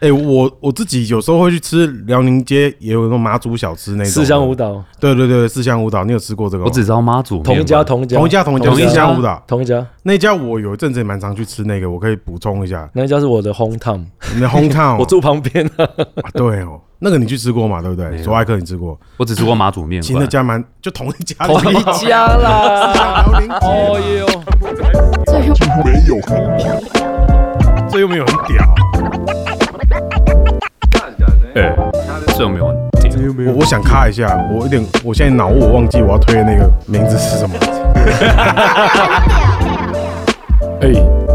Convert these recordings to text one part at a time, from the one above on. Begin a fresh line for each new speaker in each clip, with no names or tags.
哎、我我自己有时候会去吃辽宁街也有那种麻祖小吃那种的
四香舞，蹈，
对对对，四香舞蹈，你有吃过这个吗？
我只知道妈祖面
同一家
吧
同一家
同一家同一家
同一家
四香舞蹈
同一家，
那家我有一阵子也蛮常去吃那个，我可以补充一下，
那一家是我的 home town，
你的 hometown，
我住旁边啊。
啊对哦，那个你去吃过嘛，对不
没
对？
有
索爱克你吃过，
我只吃过妈祖面
其实那
馆。
家蛮就同一家，
同一家 啦
辽宁
哦
街，
哟，
这又没有很屌。
哎，这有没有？
我我想咔一下，我有点，我现在脑雾，我忘记我要推的那个名字是什么。
哎，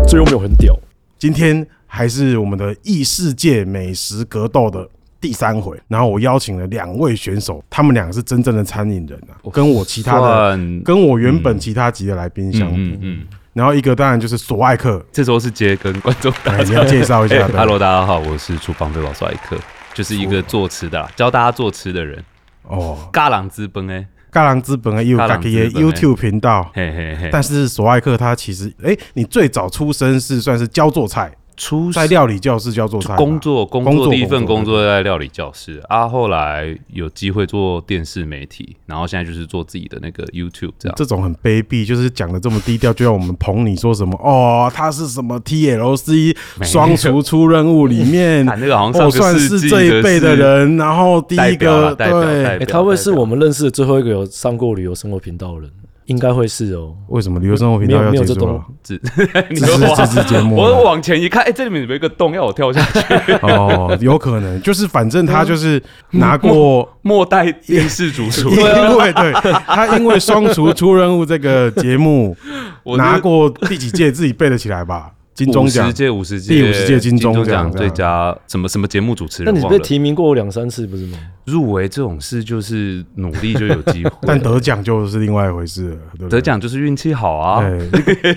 这又没有很屌，
今天还是我们的异世界美食格斗的第三回，然后我邀请了两位选手，他们两个是真正的餐饮人啊，跟我其他的，
算
跟我原本其他级的来宾相比。
嗯嗯，
然后一个当然就是索爱克，
这周是接跟观众打
哎，你要介绍一下
哎
的。
，Hello，大家好，我是厨房贝宝帅克，就是一个做吃的啦，教大家做吃的人，
哦，
嘎朗资本哎，
嘎郎资本的 U
嘎
嘎
郎资
克
本
耶 YouTube 频道。
嘿嘿嘿。
但是索爱克他其实，哎、你最早出生是算是教做菜，
出
在料理教室教做菜吧，
工作工
工作
作第一份
工
工
作
作在料理教室啊，后来有机会做电视媒体，然后现在就是做自己的那个 YouTube 这样。
这种很卑鄙，就是讲的这么低调，就让我们捧你说什 么哦，他是什么 TLC
没有
双厨出任务里 面，
啊，那个好像
我、
上个
哦算
世
是
纪
这一辈的
事
人，然后第
代
一
表啦
个
代表代
对，
哎，
表，
他会是
代表
我们认识的最后一个有上过旅游生活频道的人，应该会是哦。
为什么旅游生活频道
没有
要
没有
结
这
束
种
了？
你
这
说
是这
哇
是节目
我
了
往前一看，哎、这里面有没有一个洞要我跳下去？
哦，有可能就是反正他就是
嗯
拿 过。
末代电视主厨
因，为对他，因为双厨出任务这个节目
我
拿过第几届，自己背得起来 吧？金钟奖
五十届、五十届、
第五十届金钟
钟
奖啊
奖最佳什么什么节目主持
那
人，
你
忘
被
了
提名过两三次不是吗？
入围这种事就是努力就有机会，
但得奖就是另外一回事了， 对不对
得奖就是运气好啊。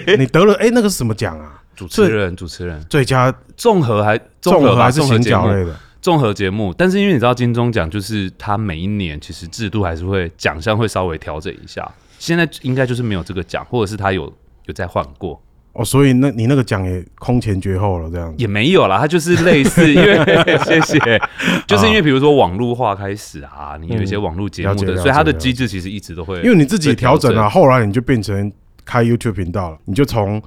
对，你得了哎、那个是什么奖啊？
主持人，主持人，
最佳
综合还
综合
合吧
还是
综合
行
节
脚
目，
啊类的？
综合节目。但是因为你知道金钟奖就是它每一年其实制度还是会奖项会稍微调整一下，现在应该就是没有这个奖，或者是他有有在换过。
哦，所以那你那个奖也空前绝后了，这样子。
也没有啦，它就是 类似，因为 谢谢，就是因为比如说网络化开始啊，你有一些网络节目
啊嗯了解
的，
了解
所以它的机制其实一直都会，
因为你自己调整
被
了、
调
后来你就变成开 YouTube 频道了，你就从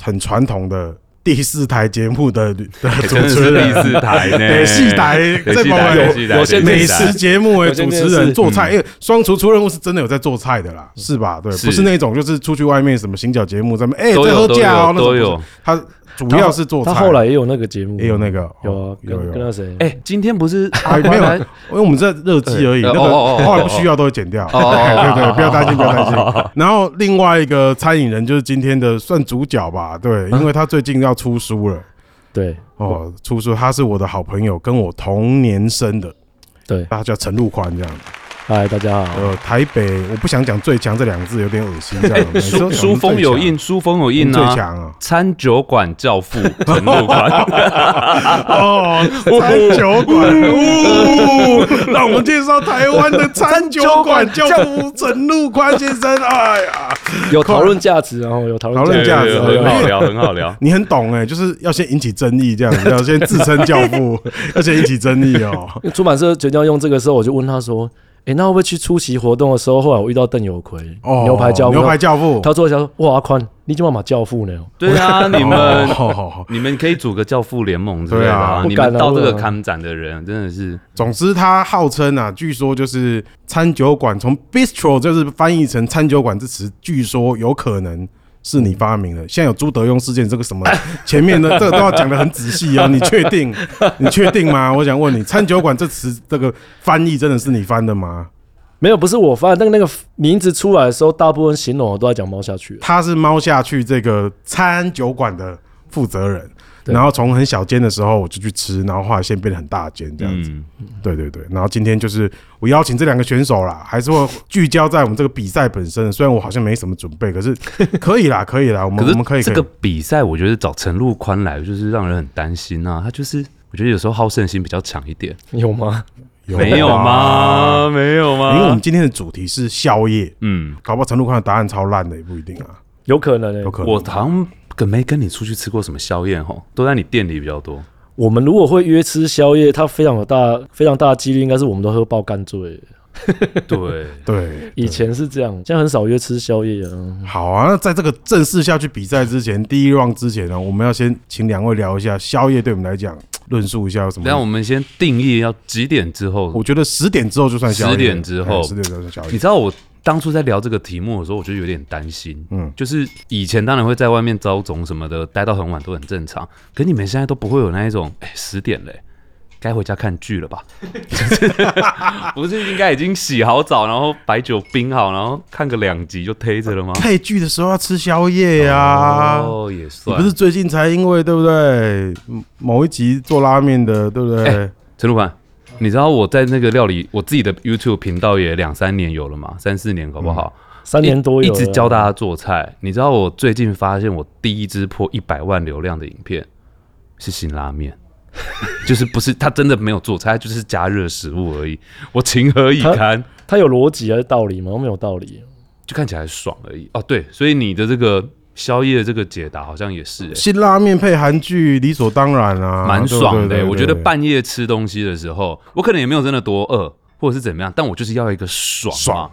很传统的第四台节目的的
哎
主
真的
持
是
人，
第四台 呢，
得戏 台
得
这
戏
帮
台，
人
得戏台
有些
美
得戏台
食节目哎，
我觉
主
得
持人做菜，因为双厨出任务是真的有在做菜的啦，是吧？对，
嗯是
不是那种就是出去外面什么行脚节目，咱们哎
都
在
有
喝
都
架哦
有，
那种
都
不是
有。
他主要是做菜，
他后来也有那个节目，
也有那个
有
哦
啊，
有
跟
有
跟那谁，
哎，今天不是阿
哎，没
关
有，
来
因为我们在热机而已，那
对
个
哦哦哦
后来
哦
不需要都会剪掉。
哦哦
对 对，
哦
不要担心，不要担心。然后另外一个餐饮人就是今天的算主角吧，对，因为他最近要出书了
对
哦，出书，他是我的好朋友，跟我同年生的，
对，
他叫陈陆宽这样。
嗨，大家好，
呃，台北我不想讲最强这两个字，有点恶心这 样。每次都
书
讲
书风有印，书风
我
有
们
印
最强，我们最强
啊，
啊！
餐 酒馆教父陈露宽，
哦， 餐酒馆，
哦
呜， 让我们介绍台湾的餐酒馆教父陈陆宽先生。哎呀，
有讨论价值，然后有讨论
讨论价值
对对对很好
哎
聊，很好聊。
你很懂哎，就是要先引起争议，这样子，要先自称教 父，要先引起争议哦。
因为出版社决定要用这个时候，我就问他说：“诶，那会不会去出席活动的时候？”后来我遇到邓有奎，
哦，
牛排教父，
牛排教父，
他坐下说：“哇，阿宽，你今晚买教父呢
对啊，你 们
哦好好好
你们可以组个教父联盟之类的、
对啊
你
不敢
们
啊
到这
不
个
敢啊
看展的人真的是
总之，他号称啊，据说就是餐酒馆，从 bistro 就是翻译成餐酒馆这词，据说有可能是你发明的。现在有朱德庸事件，这个什么前面的这个都要讲的很仔细哦。你确定？ 你确定吗？我想问你，餐酒馆这词这个翻译真的是你翻的吗？？”
没有，不是我发，但那个名字出来的时候，大部分形容我都在讲猫下去了。
他是猫下去这个餐酒馆的负责人。
对
然后从很小间的时候我就去吃，然后后来现在变得很大间这样子。
嗯，
对对对，然后今天就是我邀请这两个选手啦， 还是会聚焦在我们这个比赛本身。虽然我好像没什么准备，可是可以啦， 可以啦，我们我们可
可
以
是
可
这
以
个比赛，我觉得找陈陆宽来就是让人很担心啊。他就是我觉得有时候好胜心比较强一点，
有吗？
没有
啊？
吗？没
因
有
为我们
吗？
今天的主题是宵夜，
嗯，
搞不好陈陆宽的答案超烂的也不一定啊，
有可能诶、欸
有可能。
我好像跟没跟你出去吃过什么宵夜吼，都在你店里比较多。
我们如果会约吃宵夜，它非常有大非常大的几率，应该是我们都喝爆干醉。
对，
对，
以前是这样，现在很少约吃宵夜啊。
好啊。那在这个正式下去比赛之前，第一 round 之前呢，我们要先请两位聊一下宵夜对我们来讲，论述一下有什么
但。我们先定义要几点之后。
我觉得十点之后就算宵夜了，哎
10点之后
十点之后就算宵
你
夜。
知道我当初在聊这个题目的时候，我就有点担心，
嗯，
就是以前当然会在外面招总什么的，待到很晚都很正常。可你们现在都不会有那一种，哎，十点嘞、该回家看剧了吧？ 不是应该已经洗好澡，然后白酒冰好，然后看个两集就推着了吗？
配剧的时候要吃宵夜呀、
哦，也
啊你
算。
不是最近才因为对不对某一集做拉面的对不对？
哎陈老板，你知道我在那个料理我自己的 YouTube 频道也两三年有了嘛，三四年搞不好，
三年多
一
有
直
了
教大家做菜。你知道我最近发现我第一支破一百万流量的影片是辛拉面。 就是不是他真的没有做菜，他就是加热食物而已。我情何以堪？
它有逻辑还是道理吗？没有道理。
就看起来爽而已。哦，对，所以你的这个宵夜的这个解答好像也是、欸，
新拉面配韩剧理所当然啊，
蛮爽的、
对不
欸
对对
我觉得
对
半夜吃东西的时候，我可能也没有真的多饿，或者是怎么样，但我就是要一个爽、啊，
爽，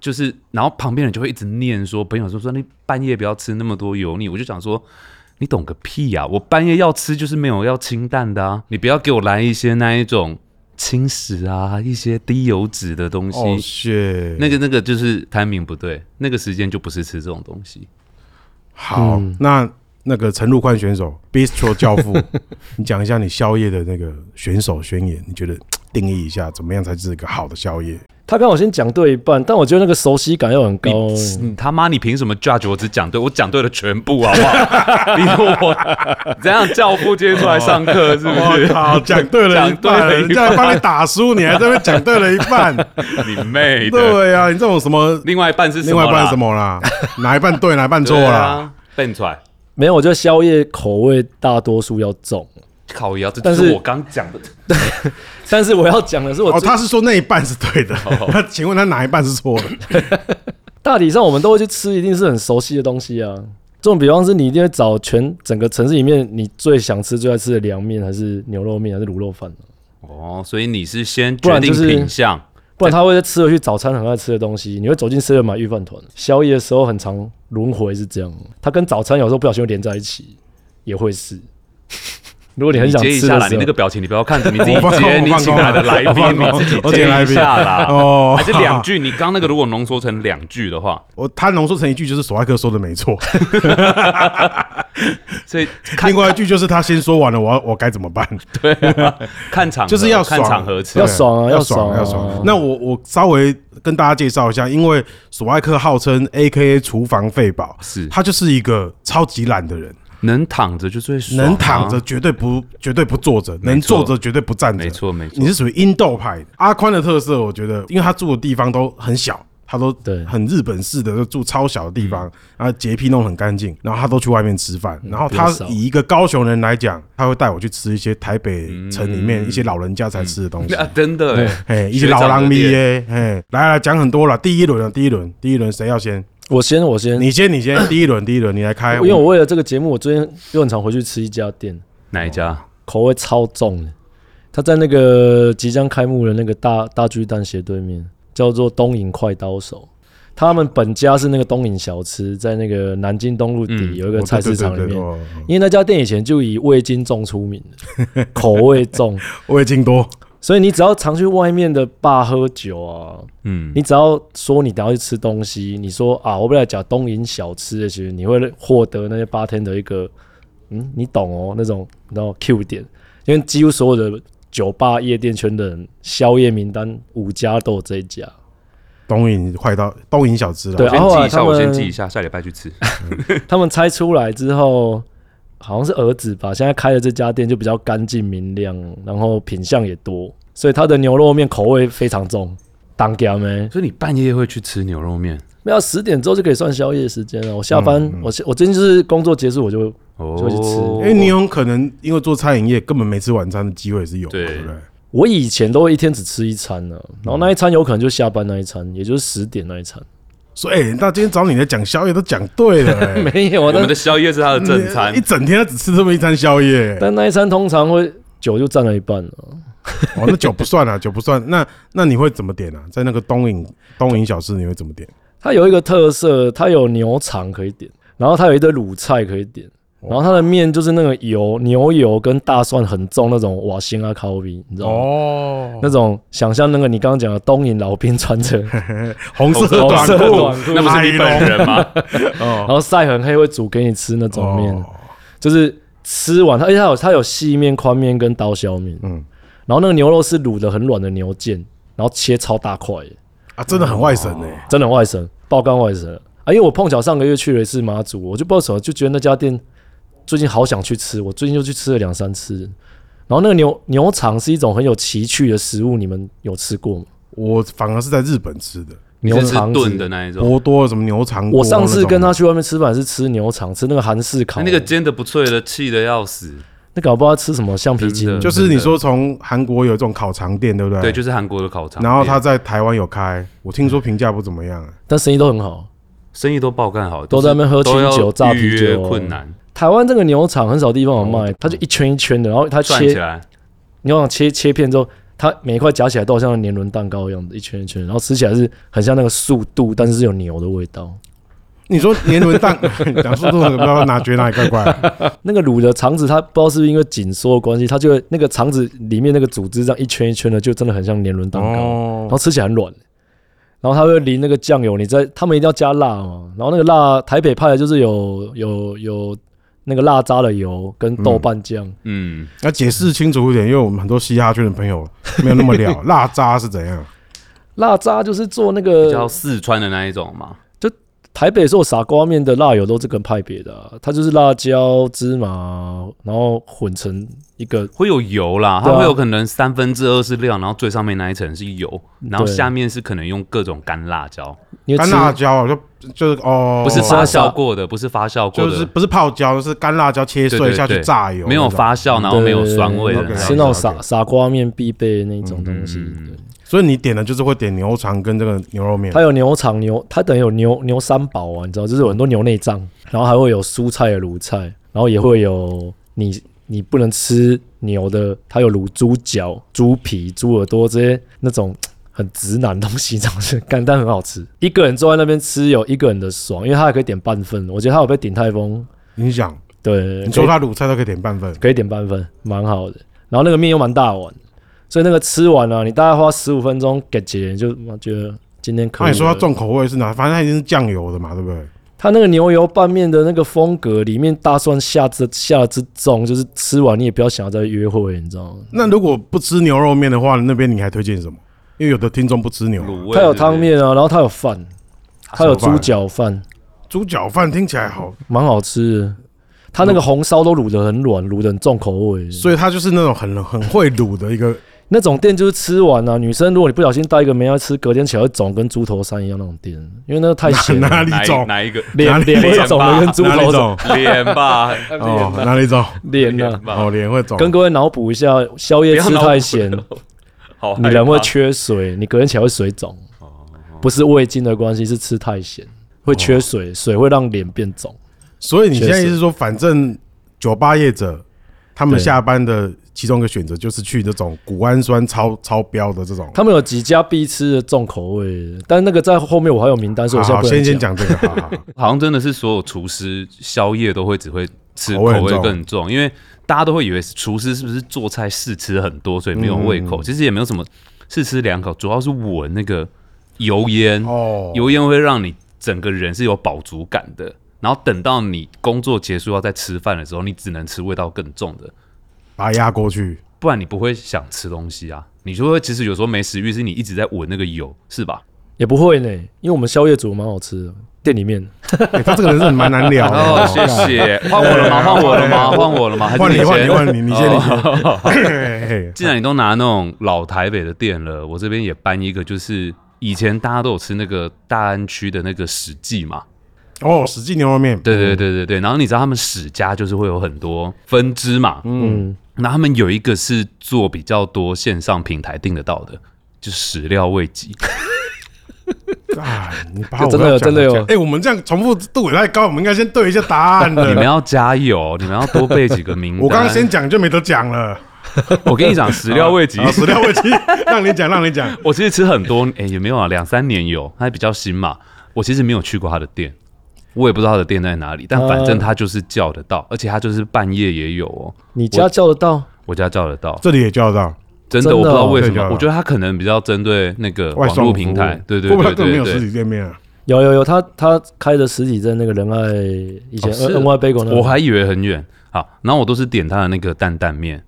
就是然后旁边人就会一直念说，朋友说说你半夜不要吃那么多油腻，我就想说。你懂个屁啊呀、我半夜要吃就是没有要清淡的啊！你不要给我来一些那一种轻食啊，一些低油脂的东西。
哦谢
那个那个就是 timing 不对，那个时间就不是吃这种东西。
好，那那个陈陆宽选手 Bistro 教父， 你讲一下你宵夜的那个选手宣言，你觉得定义一下怎么样才是一个好的宵夜？
他刚好先讲对一半，但我觉得那个熟悉感要很高。
你你嗯他妈，你凭什么 judge 我只讲对？我讲对了全部，好不 好？你说我怎样教父今天出来上课是不是？
哦讲对了一
讲对
半，
了
人
一
家还
半，
帮你打输，你还在那边讲对了一 半，
你妹的！
对啊，你这种什 么
另外一半是什
另
么
外
啦？
一半是什么啦？哪一半对，哪一半错
对
啦？
啊？笨出来，
没有，我觉得宵夜口味大多数要重，
靠腰，这
但
就是是我刚讲的。
但是我要讲的是我
哦，
最
他是说那一半是对的，
哦
那请问他哪一半是 错的？
大体上我们都会去吃，一定是很熟悉的东西啊。这种比方是你一定会找全整个城市里面你最想吃、最爱吃的凉面，还是牛肉面，还是卤肉饭、啊
哦，所以你是先
不
决
然就
定
是
品相，
不然他会吃回去早餐很爱吃的东西，你会走进 seven 买预饭团。宵夜的时候很常轮回是这样，它跟早餐有时候不小心会连在一起，也会是。 如果你很
你
想
接一
吃
下
的
啦。
时
你
候
那个，表情，你不要看着你自己
我放空
接，
我
你
放
请
空
来的 来
我放
宾你
空
自己
我
接
请来
一
宾
下啦。
哦，
还是两句？你刚那个如果浓缩成两句的话，
我他浓缩成一句就是索爱克说的没 错，
所以看
另外一句就是他先说完了，我要我该怎么 办？
啊看场合
就是要
看
爽
场合吃
要。爽啊，
要
爽啊，
要爽。那我我稍微跟大家介绍一下，因为索爱克号称 A K A 厨房废宝，
是
他就是一个超级懒的人，
能躺着就最爽、
啊
能躺着，绝对不绝对不坐着，能坐着绝对不站着
没。错没错
你。是属于阴斗派的。阿宽的特色，我觉得，因为他住的地方都很小，他都
对嗯
很日本式的，就住超小的地方，然后洁癖弄得很干净，然后他都去外面吃饭。然后他
比较少
以一个高雄人来讲，他会带我去吃一些台北
嗯
城里面一些老人家才吃的东西。
啊，真的欸，
嘿， 一
学
些老
长
狼
的
咪
店
耶，嘿，来来讲很多了。第一轮啊，第一轮，第一轮谁要先？
我先我先，
你先，你先。第一轮，第一轮，你来开。哦
因为我为了这个节目，我最近又很常回去吃一家店，
哪一家？
口味超重的。他在那个即将开幕的那个大大巨蛋斜对面，叫做东影快刀手。他们本家是那个东影小吃，在那个南京东路底
嗯
有一个菜市场里
我对对对对
面。
哦
因为那家店以前就以味精重出名的，口味重，
味精多，
所以你只要常去外面的吧喝酒啊，
嗯，
你只要说你等下去吃东西，你说啊，我不来讲东营小吃的，其实你会获得那些八天的一个，嗯，你懂哦，那种然后 Q 点，因为几乎所有的酒吧、夜店圈的人，宵夜名单五家都有这一家。
东影快到东影小吃了。
对
我先
然后啊
记一下，
他
我先
们
记一下，下礼拜去吃。
他们拆出来之后，好像是儿子吧，现在开的这家店就比较干净明亮，然后品相也多，所以它的牛肉面口味非常重。当家没？
所以你半夜会去吃牛肉面
没有十点之后就可以算宵夜时间了。我下班，我我今天就是工作结束我就
哦？
就去吃
因哎为你有可能因为做餐饮业，根本没吃晚餐的机会也是有嘛，
对
对不对？
我以前都会一天只吃一餐呢、然后那一餐有可能就下班那一餐，也就是十点那一餐。
所以，哎那今天找你来讲宵夜都讲对了，哎
没有
我
啊，
们
但
的宵夜是他的正 餐
一，整天他只吃这么一餐宵夜，
但那一餐通常会酒就占了一半啊了。
哦，那酒不算啊，酒不算。那那你会怎么点啊？在那个东影东影小吃你会怎么点？
它有一个特色，它有牛肠可以点，然后它有一堆卤菜可以点，然后它的面就是那个油牛油跟大蒜很重那种瓦辛啊烤比，你知道吗？
哦，
那种想象那个你刚刚讲的东瀛老兵穿着，
红
哦
色
红
短
色
裤
短裤
那不是你本人吗？
哦
然后晒很黑会煮给你吃那种面，就是吃完它，而且它有它有细面、宽面跟刀削面，
嗯
然后那个牛肉是卤的很软的牛腱，然后切超大块耶，
啊，真的
哦
很外省呢、
真的很外省，爆肝外省啊！因为我碰巧上个月去了一次马祖，我就不知道什么，就觉得那家店最近好想去吃，我最近就去吃了两三次。然后那个牛牛肠是一种很有奇趣的食物，你们有吃过吗？
我反而是在日本吃的，
你
牛
是吃
肠
炖的
子。
那一种，
博多什么牛肠锅
哦我
那种。
上次跟他去外面吃饭是吃牛肠，吃那个韩式烤，
哎那个煎的不脆的，气的要死。
那搞不好吃什么橡皮筋
真的，
就是你说从韩国有一种烤肠店，对不对？
对，就是韩国的烤肠店，
然后他在台湾有开，我听说评价不怎么样、啊。
但生意都很好。
生意都爆干好，
都在那边喝
都是
清酒
都要
榨啤
预约
酒
困难，
台湾这个牛肠很少地方有卖，它就一圈一圈的，然后它
转哦嗯起
切
来
牛肠切切片之后，它每一块夹起来都好像年轮蛋糕一样的，一圈一圈，然后吃起来是很像那个速度，但是是有牛的味道。
你说年轮蛋，讲速度很不知道哪觉得哪里怪怪、啊。
那个卤的肠子，它不知道是不是因为紧缩的关系，它就会那个肠子里面那个组织这样一圈一圈的，就真的很像年轮蛋糕，然后
哦，
吃起来很软。然后它会淋那个酱油，你在他们一定要加辣嘛。然后那个辣，台北派的就是有有有那个辣渣的油跟豆瓣酱，
嗯，
要解释清楚一点，因为我们很多嘻哈圈的朋友没有那么了。辣渣是怎样？
辣渣就是做那
比较
个
四川的那一种嘛，
台北做傻瓜面的辣油都是跟派别的啊、它就是辣椒、芝麻，然后混成一个，
会有油啦，
对
它
啊
会有可能三分之二是料，然后最上面那一层是油，然后
对哦
下面是可能用各种干辣椒，
因为
干
吃
辣椒啊就就是哦，
不是
沙
发酵过的，不是发酵过
就是
的，
不是泡椒，是干辣椒切碎
对对
下去
对
炸油，
没有。发酵，然后没有酸味的
对对
那
对
吃
一
那
种
种
OK，OK
傻傻瓜面必备的那种东西。
嗯嗯嗯
对
所以你点的就是会点牛肠跟这个牛肉面
它。有牛肠牛，它等于有牛牛三宝啊，你知道，就是有很多牛内脏，然后还会有蔬菜的卤菜，然后也会有你你不能吃牛的，它有卤猪脚、猪皮、猪耳朵这些那种很直男的东西，这样子 干，但很好吃。一个人坐在那边吃有一个人的爽，因为他还可以点半份，我觉得他有被顶泰丰，
你想，
对，
你说他卤菜都可以点半份，
可以点半份，蛮好的。然后那个面又蛮大碗，所以那个吃完了、你大概花十五分钟给结，就觉得今天可
那
以了。
你说它重口味是哪？反正它已经是酱油的嘛，对不对？
它那个牛油拌面的那个风格，里面大蒜下之下之重，就是吃完你也不要想要再约会，你知道吗？
那如果不吃牛肉面的话，那边你还推荐什么？因为有的听众不吃牛啊，
卤味，
它有汤，面啊，然后它有饭，它有猪脚饭，
猪脚饭听起来好，
蛮好吃的。它那个红烧都卤得很软，卤得很重口味。
所以它就是那种很很会卤的一个。
那种店就是吃完啊，女生如果你不小心带一个没要吃，隔天起来会肿，跟猪头山一样那种店，因为那个太咸了，
哪里
哪一
种？
哪一个
哪
脸
里
脸会肿的跟猪
哪
头
里
肿
种？
脸 吧，
哦，哪里种？
脸呢、
脸吧
哦，，脸会肿。
跟各位脑补一下，宵夜吃 太咸，
好哦
你
害怕，
人会缺水，你隔天起来会水肿，不是味精的关系，是吃太咸会缺水，水会让脸变肿。
所以你现在
确
意
实
思是说，反正酒吧业者他们
对
下班的其中一个选择就是去这种谷氨酸超超标的这种。
他们有几家必吃的重口味，但那个在后面我还有名单，所
好
以我现在
好，
不
先
能
先
讲。
讲这个，好好 好
好像真的是所有厨师宵夜都会只会吃
口
口
味很
味
重
更重，因为大家都会以为厨师是不是做菜试吃很多，所以没有胃
嗯
口，其实也没有什么试吃两口，主要是闻那个油烟，
哦，
油烟会让你整个人是有饱足感的。然后等到你工作结束要再吃饭的时候，你只能吃味道更重的，
把它压过去。
不然你不会想吃东西啊。你就会其实有时候没食欲，是你一直在闻那个油，是吧？
也不会呢，因为我们宵夜煮得蛮好吃的，店里面
欸他这个人是很蛮难聊的。
哦，谢谢，换我 了吗？换我了吗？换我了吗？还是
换你，
先
换你，换你，你先，你
哦
先。嘿嘿
既然你都拿那种老台北的店了，我这边也搬一个，就是以前大家都有吃那个大安区的那个史记嘛，
哦，史记牛肉面，
对对对对对。然后你知道他们史家就是会有很多分支嘛，
嗯，
那他们有一个是做比较多线上平台订得到的，就是始料未及。
啊，你把我
真的有
要讲
真的有
讲哎，我们这样重复度也太高，我们应该先对一下答案
你们
的。
要加油，你们要多背几个名单。
我刚刚先讲就没得讲了。
我跟你讲，始料未 及，
啊，始料未及，让你讲，让你讲。
我其实吃很多，哎、也没有啊，两三年有，它还比较新嘛。我其实没有去过他的店，我也不知道他的店在哪里，但反正他就是叫得到，而且他就是半夜也有哦，
你家叫得到？
我家叫得到，
这里也叫得到
真
真
的
的
我不知道
哦
为什
对叫
么
得，到
我觉得他可能比较针对那个
外
网
送服
络
务
平台，对对
会不会
对
他根本没
对
有实
对。
体店面啊？
有有有，他他开的实体在那个仁爱以前
哦是
N Y Bagel 那
我
里，
还以为很远。好，然后我都是点他的那个担担面，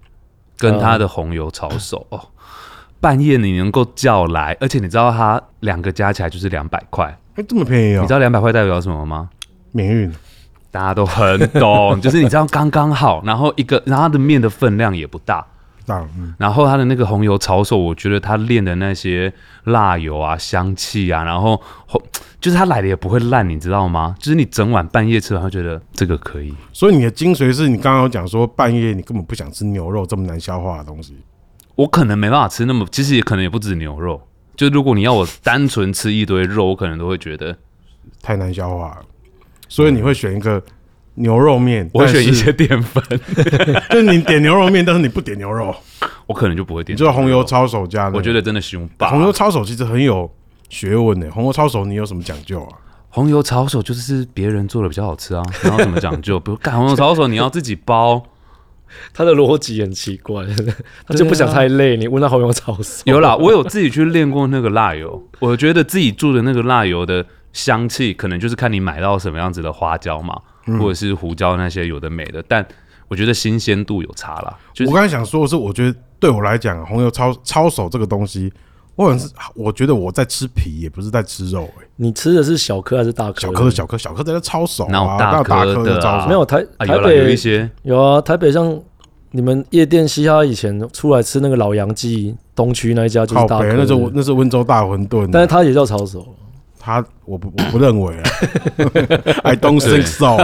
跟他的红油抄手。
嗯
哦，半夜你能够叫来，而且你知道他两个加起来就是两百块，
哎，这么便宜
你
哦
知，道两百块代表什么吗？
免运。
大家都很 懂，就是你知道刚刚好，然后一个，然后它的面的分量也不大，
大，嗯，
然后它的那个红油抄手，我觉得它炼的那些辣油啊、香气啊，然后红就是它来的也不会烂，你知道吗？就是你整晚半夜吃完，会觉得这个可以，
所以你的精髓是你刚刚有讲说半夜你根本不想吃牛肉这么难消化的东西，
我可能没办法吃那么，其实也可能也不止牛肉。就如果你要我单纯吃一堆肉，我可能都会觉得
太难消化了，所以你会选一个牛肉面，
我会选一
但是
些淀粉，
就是你点牛肉面，但是你不点牛肉，
我可能就不会点。
你就红油，抄手加的。
我觉得真的凶吧。
红油抄手其实很有学问呢、红油抄手你有什么讲究啊？
红油抄手就是别人做的比较好吃啊，然后怎么讲究？不干红油抄手，你要自己包。
他的逻辑很奇怪，他就不想太累。你问他好用炒手，
有啦，我有自己去练过那个辣油，我觉得自己做的那个辣油的香气，可能就是看你买到什么样子的花椒嘛，
嗯
或者是胡椒那些有的没的，但我觉得新鲜度有差啦。就是
我刚才想说的是，我觉得对我来讲，啊红油抄抄手这个东西，我很是我觉得我在吃皮，也不是在吃肉、欸。
你吃的是小颗还是大颗？
小颗的小颗，小颗在那抄手
哪
啊，
有
那
大
大
颗
的
的
抄
啊
手
没有台
啊，
台
有啦，有一
北
些
有啊，台北像你们夜店嘻哈以前出来吃那个老杨记东区那一家就是
靠
大
北
哥，
那是我那是温州大馄饨啊，
但是他也叫抄手，
他我不我不认为 啊，I don't think so。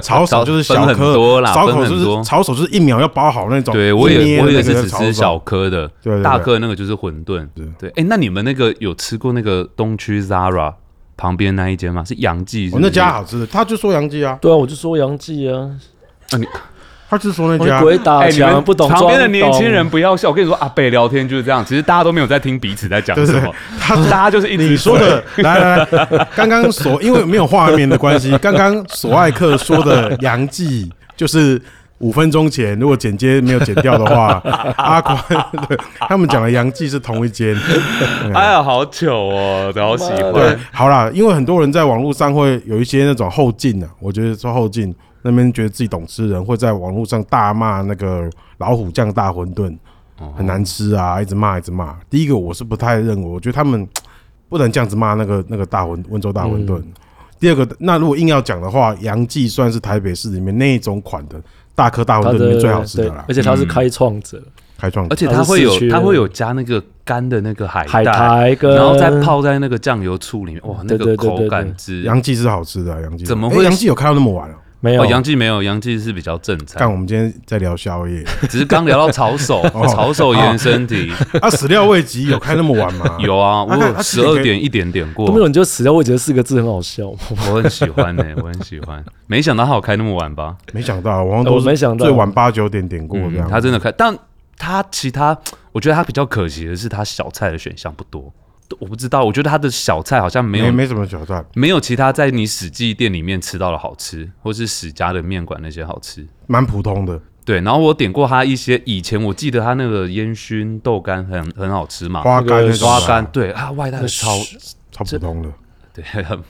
炒手就是小
分很多
颗，
啦
炒
分
手
很
就是
多
炒手就是一秒要包好那种。
对我也我也是只吃
吃
小颗的，
对对对
大颗的那个就是馄饨
是。
对，哎，那你们那个有吃过那个东区 Zara 旁边那一间吗？是杨记是不
我
是，
哦那家好吃，他就说杨记啊，
对啊，我就说杨记啊，
他就说那
我
家
鬼打
哎，你
墙
们
不懂
旁边的
装
年轻
懂
人不要笑，我跟你说，阿北聊天就是这样，其实大家都没有在听彼此在讲
对对
什么，大家就是一直
你说
嘴
的，来来来，刚刚所因为没有画面的关系，刚刚索爱克说的杨记就是。五分钟前，如果剪接没有剪掉的话，阿宽对他们讲的杨记是同一间。
哎呀，好糗哦，好喜
妈
对
欢
的。，
好啦，因为很多人在网络上会有一些那种后劲啊，我觉得说后劲那边觉得自己懂吃人，会在网络上大骂那个老虎酱大馄饨
哦
很难吃啊，一直骂一直骂。第一个我是不太认为，我觉得他们不能这样子骂那个那个大馄温州大馄饨。
嗯
第二个，那如果硬要讲的话，杨记算是台北市里面那一种款的大颗大馄
他
饨里
的
面最好吃
对
的啦，
而且他是
嗯
开创者，
开创
而且
它
它
是
会
市
有
区，
它
的
会有加那个干的那个海
海
带，
苔跟
然后再泡在那个酱油醋里面，哇，那
对对
个
对对
口感
对
之。哦
杨记是好吃的啊，杨记
怎么
诶
会
杨记有开到那么晚了？
没有
哦，杨记没有，杨记是比较正
看
常，
我们今天在聊宵夜。
只是刚聊到炒 手，
哦
炒手延伸题
啊，始料未及，有开那么晚吗？
有啊，我
啊那
有
那
十
其实可
二
以
点一点点过
都没，有，你就死掉。我觉得四个字很好笑，
我很喜欢 呢，我很喜欢，没想到它有开那么晚吧？嗯
没想到，我好像
我
都
没
是
想到
最晚八九点点过这
啊
样。
他真的开，但他其他，我觉得他比较可惜的是，他小菜的选项不多。我不知道，我觉得他的小菜好像没有
没没什么挑战，
没有其他在你史记店里面吃到的好吃，或是史家的面馆那些好吃。
蛮普通的。
对，然后我点过他一些以前我记得他那个烟熏豆干很很好吃嘛，
花干
那个
种啊
花干对啊，外带的超
超普通的，
对很。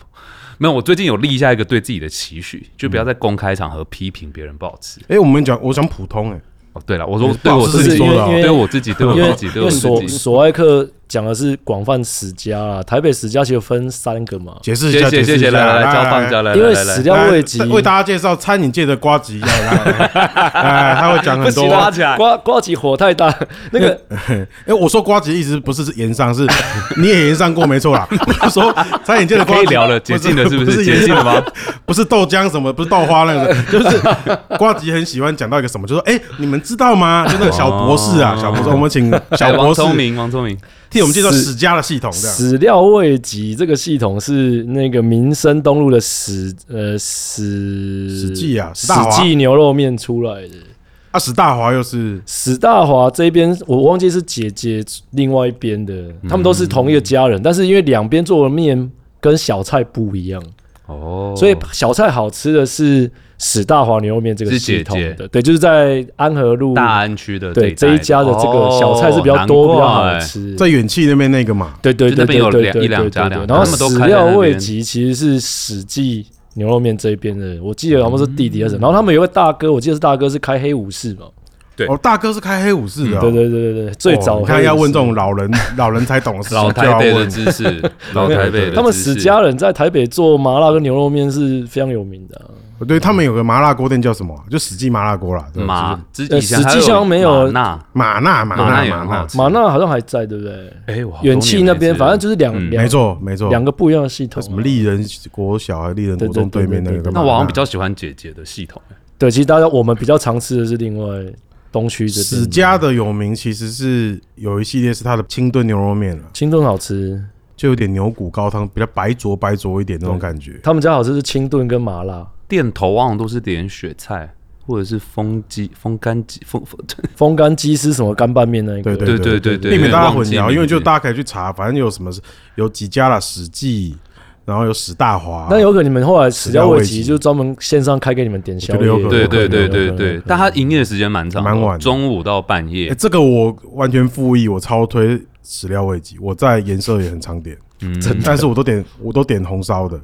没有，我最近有立下一个对自己的期许，就不要在公开场合批评别人不好吃。
哎，我们讲我讲普通，哎，
哦，对了，我说
嗯
对我
不好
自
吃
己，
是你说的啊
对我自己， 对我
因为
自己，
因
对我
为
自
索
己。
索爱克讲的是广泛史家啦，台北史家其实分三个嘛，
解释一
谢
下，
谢
解释
谢
一
谢，
下
来来来，交棒交来，
因为
来来
史
来
料
来
未及，
为大家介绍餐饮界的瓜吉，来来来，哎，他会讲很多。
瓜起来
瓜瓜起火太大，那个
哎，我说瓜吉一直不是是盐商，是你也盐商过没错啦。我说餐饮界的瓜
可以
吉
聊了，解禁了是不是？
盐
解禁了吗？
不是豆浆什么，不是豆花那 个，就是瓜吉很喜欢讲到一个什么，就说哎、你们知道吗？就那个小博士啊，
哦
小博士，我们 请
哎
小
王
博士
聪明，王聪明，
替我们介绍
史
史家的系统，这样
始料未及这个系统是那个民生东路的史呃史
史记啊史
史
大华
记牛肉面出来的，
啊，史大华又是
史大华这边我忘记是姐姐另外一边的，
嗯
他们都是同一个家人，但是因为两边做的面跟小菜不一样，
哦，
所以小菜好吃的是史大华牛肉面这个
是
系
姐
统的，
姐
对，就是在安和路
大安区的
对
这
这一家的这个小菜是比较多、
哦
比较好
难怪
吃，
在远气那边那个嘛，
对对
就
对
那边有
对对
两
对
一两
对
家
对
两
对然后
他们都
始
开在
料
那
未
边
及其实是史记牛肉面这一边的，我记得他们是弟弟还
嗯
是什么，然后他们有个大哥，我记得是大哥是开黑武士嘛，
对
哦，大哥是开黑武士的哦，
对对对嗯对对，最
哦
早
你看要问这
黑武士
种老人 老人才懂的事情，
老台
就
北
要
的
问
知识， 老哦台北的知识
他们史家人在台北做麻辣跟牛肉面是非常有名的啊、
对他们有个麻辣锅店叫什么啊？就史记麻辣锅啦，对吧
马，之
呃
以前
实际
还
上没有
马纳，
马纳马
嗯马纳也
纳
很
马
好
纳，
吃。
麻辣好像还在，对不对？
哎，我好多
远气
年
那
没
边
吃
反
了嗯
正就是两两
没错没错，
两个不一样的系统啊、
什么丽人国小还是丽人国中
对对对
面那
对
个
对
嘛？
那我好像比较喜欢姐姐的系统，
对，其实大家我们比较常吃的是另外东区这
史
边
家的有名其实是有一系列是它的清炖牛肉面了，
清炖好吃，
就有点牛骨高汤，比较白灼白灼一点那种感觉。
他们家好吃是清炖跟麻辣，
店头往往都是点雪菜或者是风鸡、风干鸡、风风
风干鸡丝什么干拌面那一
对
个，
对
对对对对
避免大家
忘
混
记
淆，
名
因为就
字
大家可以去查，反正有什么是有几家啦，史记，然后有史大华，
那有可能你们后来始料未
啊始料未及
及，就专门线上开给你们点宵
我觉
夜
得有可。能
对
有可
对
能
对
有
对
可
对
能，
但它营业时间蛮长的，哎
蛮晚的
中午到半夜
欸，这个我完全复议，我超推始料未及。我在颜色也很常点，
嗯，
但是我都点我都点红烧的，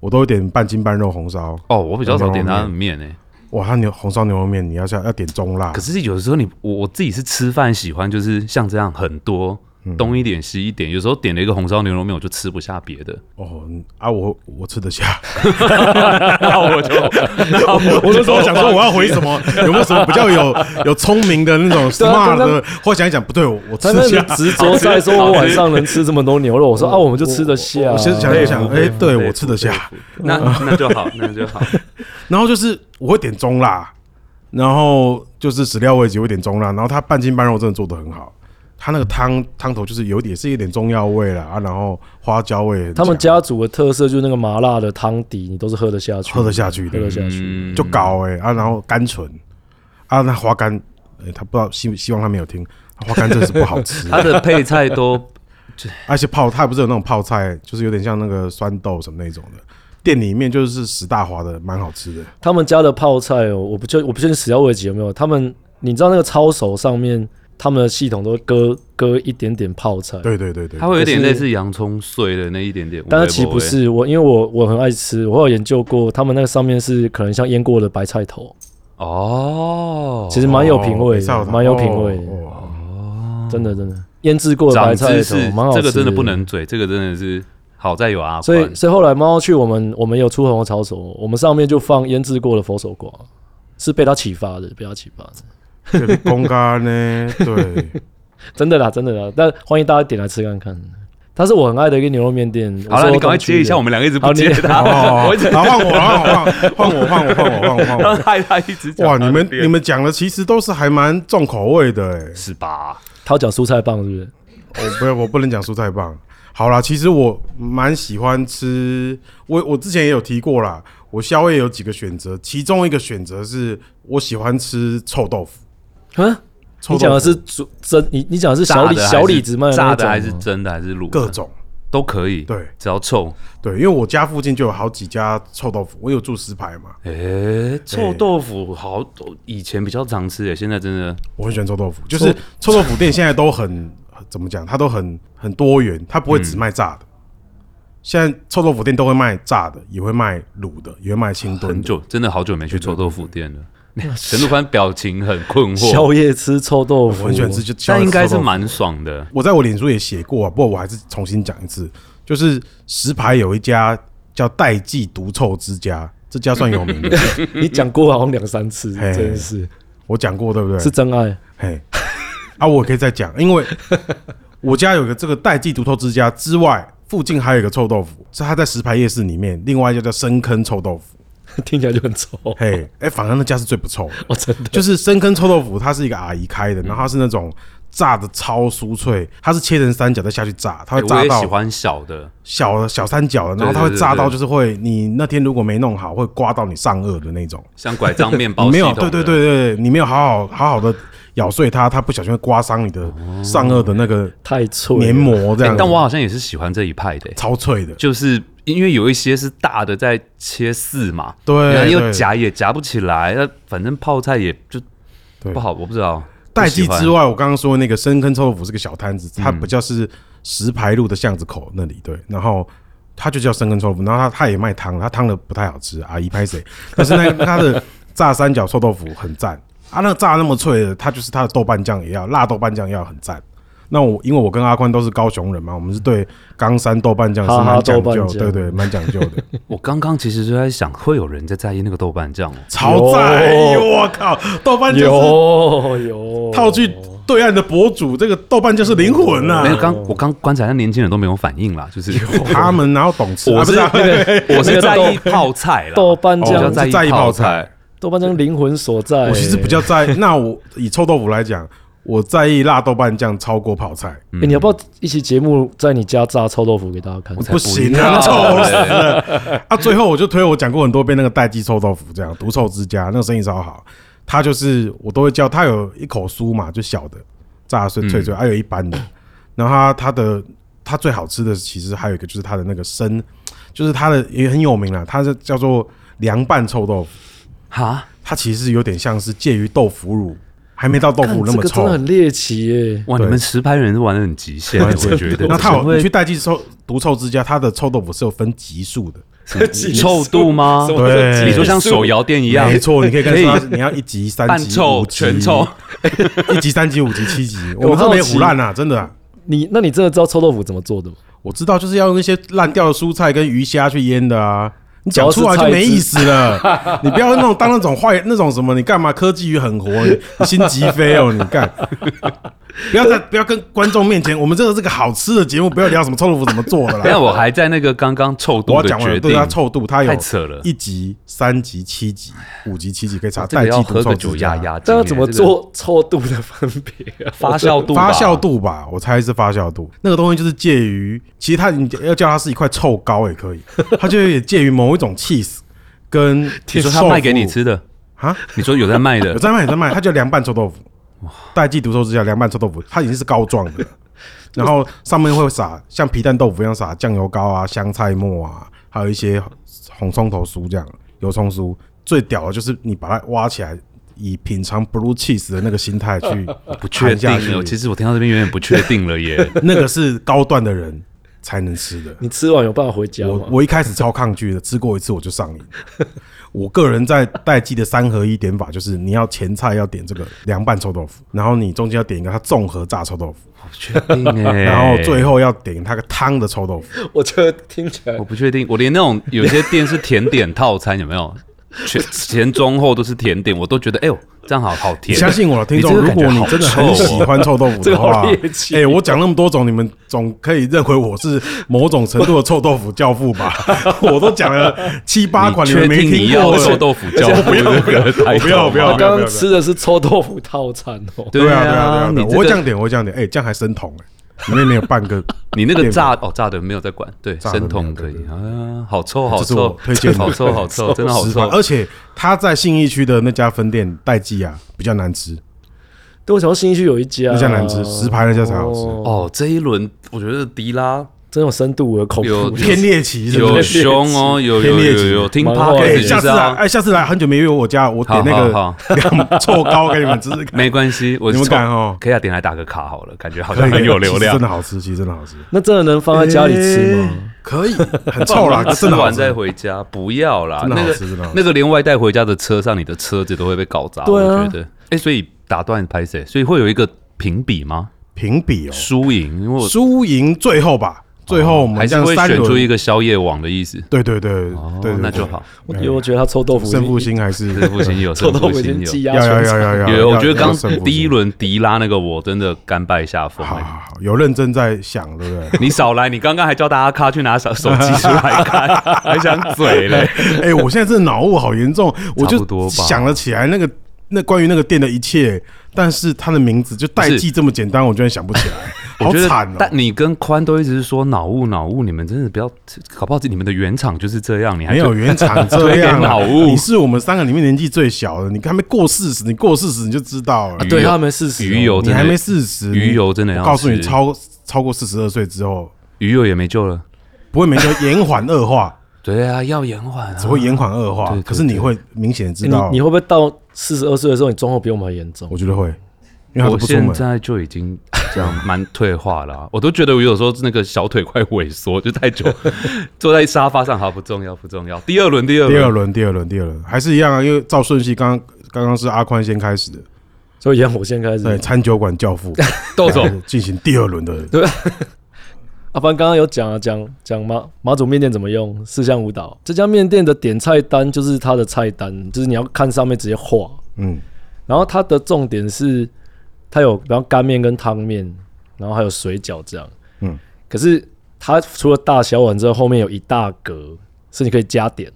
我都点半斤半肉红烧。
哦，我比较少点它的面欸诶。
哇，它牛红烧牛肉面你要下要点中辣
可，是有的时候你我我自己是吃饭喜欢就是像这样很多东一点西一点，有时候点了一个红烧牛肉面我就吃不下别的，
哦嗯啊，我我吃得下。
那我就
我那时候想说我要回什么，有没有什么比较有有聪明的那种
对
smart
啊
的？或想一想，不对，我我吃得
他们
下。
执着在说，我晚上能吃这么多牛肉，我说啊，我们就吃得下。
我先想一想，哎，对
佩
我
服
吃得下。
佩服那那就好，那就好。
然后就是我会点中辣，然后就是始料未及会点中辣，然后它半斤半肉真的做的很好，它那个汤汤头就是有点是有点中药味了啊，然后花椒味很强，
他们家族的特色就是那个麻辣的汤底，你都是喝得下去，
喝得下去
喝
的
得下去。
嗯，
就搞哎、啊，然后甘醇啊，那花干，哎他不知道希希望他没有听，花干真的是不好吃，
它的配菜都
而且泡它不是有那种泡菜，就是有点像那个酸豆什么那种的。店里面就是史大华的，蛮好吃的。
他们家的泡菜哦，我不确我不确定始料未及有没有。他们你知道那个抄手上面，他们的系统都会搁搁一点点泡菜，
对对对对，
它会有点
可是
类似洋葱碎的那一点点，
但是其实不是我，因为我我很爱吃，我有研究过，他们那个上面是可能像腌过的白菜头，
哦，
其实蛮有品味
哦
的，蛮有品味的，
哦哦
真的真的腌制过的白
长
菜
知
头
识
蛮好，吃
这个真的不能嘴，这个真的是好在有阿
所以，
宽，
所以后来猫去我们我们有出红的抄手，我们上面就放腌制过的佛手瓜，是被他启发的，被他启发的，
就是公干呢，对，
真的啦，真的啦。但欢迎大家点来吃看看，它是我很爱的一个牛肉面店。
好了，
我说
你赶
东
快
区
接一
的
下，我们两个一直
好
不
你
接他，
哦
我一直，
好换我，换我，换我，换我，换我，换我，换
让
我。
他他一直讲
哇，
他的
你们
店
你们讲的其实都是还蛮重口味的哎、
是吧？
他讲蔬菜棒是不是？
我不要，我不能讲蔬菜棒。好啦，其实我蛮喜欢吃，我我之前也有提过啦，我宵夜有几个选择，其中一个选择是我喜欢吃臭豆腐。
嗯，
臭
你
豆
讲的
腐
是煮真，你你讲的是小
炸
李
的还是
小李子卖的那
炸
种
的
吗
还是真的还是卤的
各种，
都可以，
对
只要臭。
对，因为我家附近就有好几家臭豆腐，我有住石牌嘛，
诶，哎臭豆腐好，以前比较常吃诶，现在真的
我很喜欢臭豆腐，就是臭豆腐店现在都很怎么讲，它都很很多元，它不会只卖炸的。现在臭豆腐店都会卖炸的，也会卖卤的，也会卖清
很
炖的。
久，真的好久没去臭豆腐店了。 陈陆宽表情很困惑，
宵夜吃臭豆腐，
我很喜欢吃，就
但应该是
臭豆腐
蛮爽的。
我在我脸书也写过啊，不过我还是重新讲一次，就是石牌有一家叫代记独臭之家，这家算有名的，
你讲过好像两三次，
嘿
真的是
我讲过对不对？
是真爱。
嘿， 啊，我可以再讲，因为我家有个这个代记独臭之家之外，附近还有一个臭豆腐，是它在石牌夜市里面，另外一家叫深坑臭豆腐。
听起来就很臭。哦
嘿，哎、反而那家是最不臭的，
我真的
就是深坑臭豆腐，它是一个阿姨开的，然后它是那种炸的超酥脆，它是切成三角再下去炸，它
哎
会
我
炸
也
到
喜欢小的，
小小三角的，然后
对
它会
对对
炸到
对
就是会你那天如果没弄好，会刮到你上颚的那种。
像拐杖面包
你
系
没有，
统的
对对对对，对你没有好好好好的咬碎它，它不小心会刮伤你的上颚的那个
太脆了
黏膜这
哎
样子。
但我好像也是喜欢这一派的、
超脆的，
就是因为有一些是大的在切四嘛，
对
然后又
对
夹也夹不起来，那反正泡菜也就
对
不好，我不知道。
代记
不喜欢
之外，我刚刚说那个深坑臭豆腐是个小摊子，
嗯
它比较是石牌路的巷子口那里，对，然后。它就叫深坑臭豆腐，然后它它也卖汤，它汤的不太好吃，阿姨拍谁？但是那它的炸三角臭豆腐很赞啊，那炸那么脆的，它就是它的豆瓣酱也要辣豆瓣酱也要很赞。那我因为我跟阿宽都是高雄人嘛，我们是对冈山豆瓣酱是
哈哈
蛮讲
豆瓣
究，
酱
对对，蛮讲究 的，
我刚刚其实就在想，会有人在在意那个豆瓣酱哦？
超赞！哎呦
有
我靠，豆瓣酱是
有有
套句对岸的博主，这个豆瓣就是灵魂啊呐、
没有，刚我刚观察，那年轻人都没有反应啦， 就是
他们哪有懂吃？
我
啊不
是
是啊
那个我是在意泡菜啦，
豆瓣
我比较
哦，
酱
在
在
意
意
泡
泡
菜
菜。
豆瓣酱灵魂所在、
我其实比较在意。那我以臭豆腐来讲，我在意辣豆瓣酱超过泡菜，
欸你要不要一期节目在你家炸臭豆腐给大家看？
我才
不行
要
啊， 臭死
嘞
了啊！最后我就推我讲过很多遍那个代记臭豆腐，这样独臭之家那个生意超好。他就是我都会叫他有一口酥嘛，就小的炸碎脆脆，还有一般的。然后他他的他最好吃的其实还有一个就是他的那个生，就是他的也很有名啦，他是叫做凉拌臭豆腐。
哈，
它其实有点像是介于豆腐乳，还没到豆
干
腐那
这
么
个真
臭
的。很猎奇耶、
哇！
对
你们石牌人玩的很极限，我觉得。
那它
我
有
会
你去代记臭毒臭之家，它的臭豆腐是有分级数的，
臭度吗？
什么叫
对
你说像手摇店一样
没，错，你可以跟
可以
他你要一级、三
半
级、
臭
五级
全臭，
一级、三级、五级、七 级，我
我
们
好
这没
奇
腐烂啊，真的啊。
你那你真的知道臭豆腐怎么做的吗？
我知道，就是要用那些烂掉的蔬菜跟鱼虾去腌的啊。你讲出来就没意思 了，你不要那种当那种坏那种什么，你干嘛？科技鱼很活，你你心急飞哦，你 干！不要在不要跟观众面前，我们这个是个好吃的节目，不要聊什么臭豆腐怎么做的
等一下
啦。
我还在那个刚刚臭
我
度
要
的
讲完
决
了，
定
对，它啊臭度，它有
太扯了。
一级、三级、七级、五级、七级可以查，
这个
代
要
际
喝
毒
个
臭
酒
之家
压压惊耶。
但要怎么
这个
做臭度的分别啊？
发酵度
发
吧？
酵度吧，我猜是发酵度。那个东西就是介于，其实它你要叫它是一块臭膏也可以， 它就有点介于某一种 cheese 跟
你说他卖给你吃的
啊？
你说有在 卖
有
的？
在卖有在卖，它叫凉拌臭豆腐。代际毒兽之下，凉拌臭豆腐它已经是膏状 的了，然后上面会撒像皮蛋豆腐一样撒酱油膏啊、香菜末啊，还有一些红葱头酥这样油葱酥。最屌的就是你把它挖起来，以品尝 blue cheese 的那个心态去
不确定
含下
了。
去
其实我听到这边有点不确定了耶。
那个是高段的人才能吃的。
你吃完有办法回家
我
吗？
我一开始超抗拒的，吃过一次我就上瘾。我个人在代记的三合一点法就是，你要前菜要点这个凉拌臭豆腐，然后你中间要点一个它综合炸臭豆腐，
不确定哎。
然后最后要点它个汤的臭豆腐。
我觉得听起来
我不确定，我连那种有些店是甜点套餐，有没有？ 前前中后都是甜点，我都觉得哎呦，这样好好
你
甜。
相信我，听众，
这个
如
感觉
果你
好
真的
臭哦
很喜欢臭豆腐
这
的
个好
话
猎，奇
哎，我讲那么多种，你们总可以认为我是某种程度的臭豆腐教父吧？ 我都讲了七八款，
你
你
确
们没
定你
听
要
过
臭豆腐教父那 个
我
抬
不
头
要不要不要
他
吗
刚
不要
刚！吃的是臭豆腐套餐哦。
对啊，对
啊
啊，，对啊，
你
我会这样
个
点，我会这样点。哎，这样还生酮哎，里面没有半个。
你那个
淀粉
炸哦炸的没有在管，对，
炸的没
生
有
酮
对
可以
对
啊，好臭好
这是
臭
我，推荐的
好臭 好臭，真的好
十块
臭。
而且他在信义区的那家分店代记啊，比较难吃，
对，我想到新一区有一家，
那家难吃石牌那家才好吃
哦，
哦，这一轮我觉得 迪拉
真有深度和恐
有
怖。
偏猎奇是不
有
是？
凶哦，有有有有有听
蛮
p
好
o
的
d
哎、
c
下次来，哎、下次来，很久没约我家，我点那
好
个两臭糕给你们吃吃看，
没关系，我
你们
抽
敢哦
可以啊，点来打个卡好了，感觉好
可
像
以
很有流
其实
量
真。的好吃，其实真的好吃。
那真的能哎放在家里吃吗？
哎可以，很臭啦，
吃
真的好
完
吃
再回家，不要啦。
真的
那
好
个
吃真的好吃
那个连外带回家的车上，你的车子都会被搞砸。
对啊
我觉得。哎，所以打断拍谁？所以会有一个评比吗？
评比哦，
输赢，因为我
输赢最后吧，最后我们
还
这
是
样
会
三
选出一
轮，
个宵夜网的意思。
对对对
哦
对，对，
那就好。
我因为我觉得他臭豆腐已经
胜负心还是
这 不行有，这
臭豆
不
腐已
行
经积
有。
要
压
要
全
要
场。
要要，
有，我
要
觉得
要
刚
胜负
第一
心
轮迪拉那个，我真的甘拜下风。
好好
哎
好，有认真在想，对不对？
你少来，你刚刚还叫大家咔去拿手手机出 来看，还想嘴嘞。
哎、我现在这脑雾好严重，我
差不多
就
吧
想了起来那个那关于那个店的一切，但是他的名字就代
不
记
是
这么简单，我居然想不起来，
我
好
觉得
惨哦、
但你跟宽都一直是说脑雾脑雾，你们真的不要，搞不好你们的原厂就是这样，你还
没有原 厂这
推给
样
脑
啊！
雾
你是我们三个里面年纪最小的，你还没过四十，你过四十你就知道了
鱼。
对
油
他们四十
鱼油
你
啊哦真
还没
的
四十，
鱼油真的要
我告诉你，
吃
超超过四十二岁之后，
鱼油也没救了。
不会没就延缓恶化，
对啊，要延缓啊，
只会延缓恶化
对对。
可是你会明显地知
哎你
道
你，会不会到四十二岁的时候，你状况比我们还严重
我？觉得会，因为他都
我
不出
现
门。
在就已经这样蛮退化了啊、 我都觉得我有时候那个小腿快萎缩，就太久 坐在沙发上，好不重要，不重要。第二轮，第二
第二
轮，
轮，第二轮，第二轮，还是一样啊，因为照顺序，刚刚刚刚是阿宽先开始的，
所以烟火先开始，
对，餐酒馆教父
豆总，
进行第二轮的
阿凡刚刚有讲啊，讲讲马马祖面店怎么用四象舞蹈。这家面店的点菜单就是它的菜单，就是你要看上面直接画。
嗯，
然后它的重点是它有比方干面跟汤面，然后还有水饺这样。
嗯，
可是它除了大小碗之后，后面有一大格是你可以加点，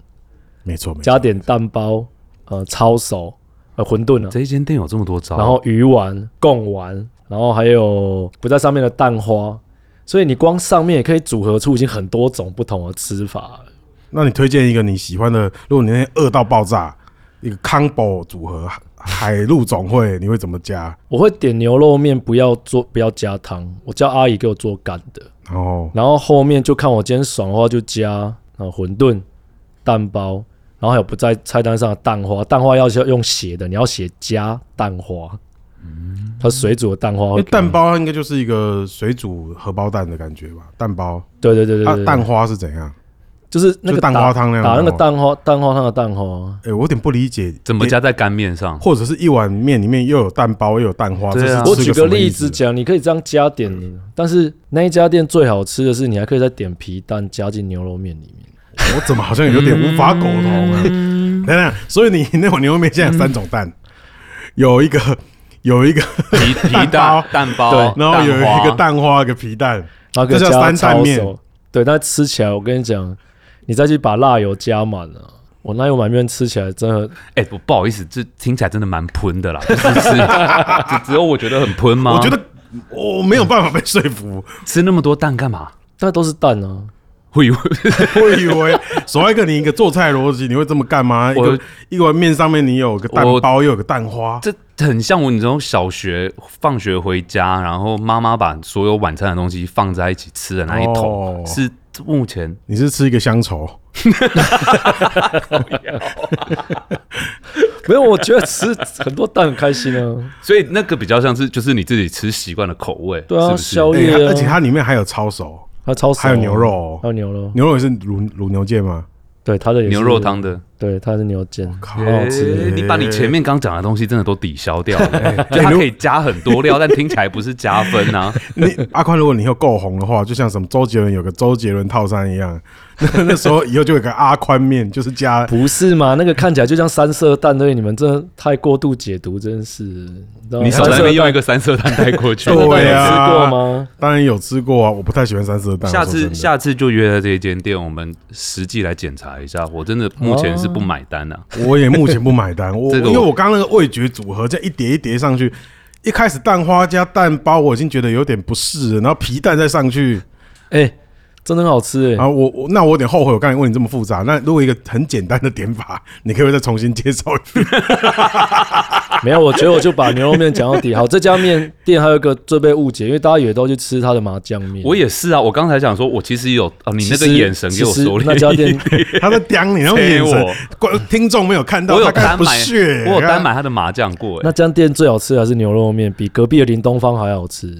没错，没错。
加点蛋包、呃抄手、呃馄饨啊，
这一间店有这么多招，
然后鱼丸、贡丸，然后还有不在上面的蛋花，所以你光上面也可以组合出已经很多种不同的吃法了。
那你推荐一个你喜欢的，如果你那天饿到爆炸，一个 combo 组合海海陆总会，你会怎么加？
我会点牛肉面，不要做不要加汤，我叫阿姨给我做干的，
然后
然后后面就看我今天爽的话就加呃馄饨、蛋包，然后还有不在菜单上的蛋花，蛋花要是要用写的，你要写加蛋花，它水煮的蛋花
因
会
为蛋包它应该就是一个水煮荷包蛋的感觉吧？蛋包
对对对对
啊
对，对，
蛋花是怎样？
就是那个
就蛋
打
花汤那样哦
打那个
的吗
蛋花蛋花汤的蛋花。
哎，我有点不理解，
怎么加在干面 上？
或者是一碗面里面又有蛋包又有蛋花，
对啊
这
我
是吃
举
个
个
什么
例
意
子
思。嗯
讲，你可以这样加点，但是那一家店最好吃的是，你还可以再点皮蛋加进牛肉面里面。
我怎么好像有点无法苟同啊？
嗯
等等，所以你那碗牛肉面现在有三种蛋，有一个有 一个，
皮皮蛋
蛋
蛋包，
然后有
蛋
一
花
个蛋花，一个皮蛋。
然后给
这
加
叫三
抄
蛋面
手，对，但吃起来我跟你讲，你再去把辣油加满了、我那油满面吃起来真的，
哎、我不好意思，这听起来真的蛮喷的啦，就是 是只只有我觉得很喷吗？
我觉得我没有办法被说服，
吃那么多蛋干嘛？
但都是蛋啊，
会
我以为所谓跟你一个做菜的逻辑，你会这么干吗？一
我，
个一碗面上面你有个蛋包，又有个蛋花
这很像我，你知道，小学放学回家，然后妈妈把所有晚餐的东西放在一起吃的那一桶，
哦
是目前
你是吃一个乡愁，
没有，我觉得吃很多蛋很开心啊，
所以那个比较像是就是你自己吃习惯的口味，
对啊
是不是
宵夜
哎
对啊
而且它里面还有抄手，
还有抄手，啊
还有牛，肉
还
哦，
有牛肉，
牛肉也是卤卤牛腱吗？
对，它的也是
牛肉，汤的，
对，它是牛腱，
靠
好好哦吃。
哎你把你前面刚讲的东西真的都抵消掉了，就
哎
它
如
可以加很多料，但听起来不是加分啊。
你阿宽，如果你以后够红的话，就像什么周杰伦有个周杰伦套餐一样，那那时候以后就有个阿宽面，就是加
不是嘛？那个看起来就像三色蛋，对你们真的太过度解读，真是。你知道吗
你
三
手在那
色
边用
蛋，
一个三色蛋带过去，
三色蛋
对
有
啊
吃过吗？
当然有吃过啊，我不太喜欢三
嗯
色蛋。
下
我说真
次
的
下次就约在这一间店，我们实际来检查一下。我真的目前是不买单
哦
啊，
我也目前不买单，我
这个
因
我
为我刚刚那个味觉组合这样一叠一叠上去，一开始蛋花加蛋包，我已经觉得有点不适了，然后皮蛋再上去，
哎、真的很好吃哎、
啊
然后我我那我有点后悔，我刚才问你这么复杂。那如果一个很简单的点法，你可不可以再重新介绍一遍？
没有，我觉得我就把牛肉面讲到底。好，这家面店还有一个最被误解，因为大家也都去吃它的麻酱面。
我也是啊。我刚才讲说，我其实有啊，你那
其
个
实
眼神给我
其实
收
那
敛
家
一点
店。
他在刁你，然后
切
眼
我
神，观听众没有看到，
我有
他刚才
单
不
买
屑，，
我有单
他。
买他的麻酱过、欸，
那家店最好吃的还是牛肉面，比隔壁的林东方还好吃。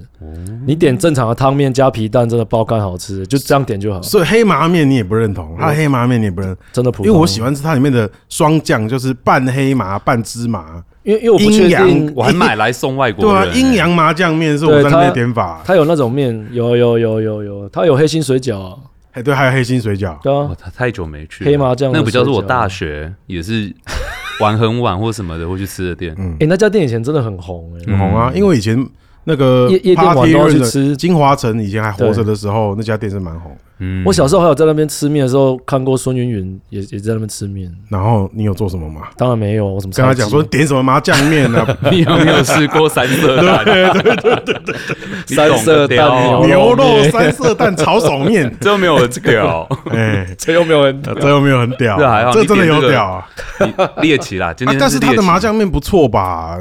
你点正常的汤面加皮蛋，真的爆肝好吃，就这样点就好，
所以黑麻面你也不认同，他的黑麻面你也不认，
真的普
因
通。
为我喜，欢吃它里面的双酱，就是半黑麻半芝麻。
因为因为我不确
阴阳
定
我还买来送外
对
国
啊
人、，欸。
阴阳麻酱面是我
对
在那边
它
点法，
它有那种面，有有有有有，它有黑心水饺啊，
哎对，还有黑心水饺。
对
我
啊，
太太久没去了
黑麻酱
那比较是我
水饺
大学也是玩很晚或什么的会去吃的店。
嗯
哎、那家店以前真的很红哎、
很
嗯
红啊，因为以前那个
夜夜店晚
Party
都要去
Room 的
吃
金华城以前还活着的时候，那家店是蛮红的。
嗯，
我小时候还有在那边吃面的时候，看过孙云云也也在那边吃面，
然后你有做什么吗？
当然没有，我怎么
跟他讲说点什么麻酱面啊，
你有没有试过三色蛋？对对对对，
三色蛋 牛
牛肉
面
三色蛋炒手面
这没有很屌，
哎，
这又没有人
这有没有很屌？
这啊还好
这
你
真的
点
有
这个
屌啊！
你猎奇啦，今
啊
天
但是他
猎
的
奇
麻，酱面不错吧？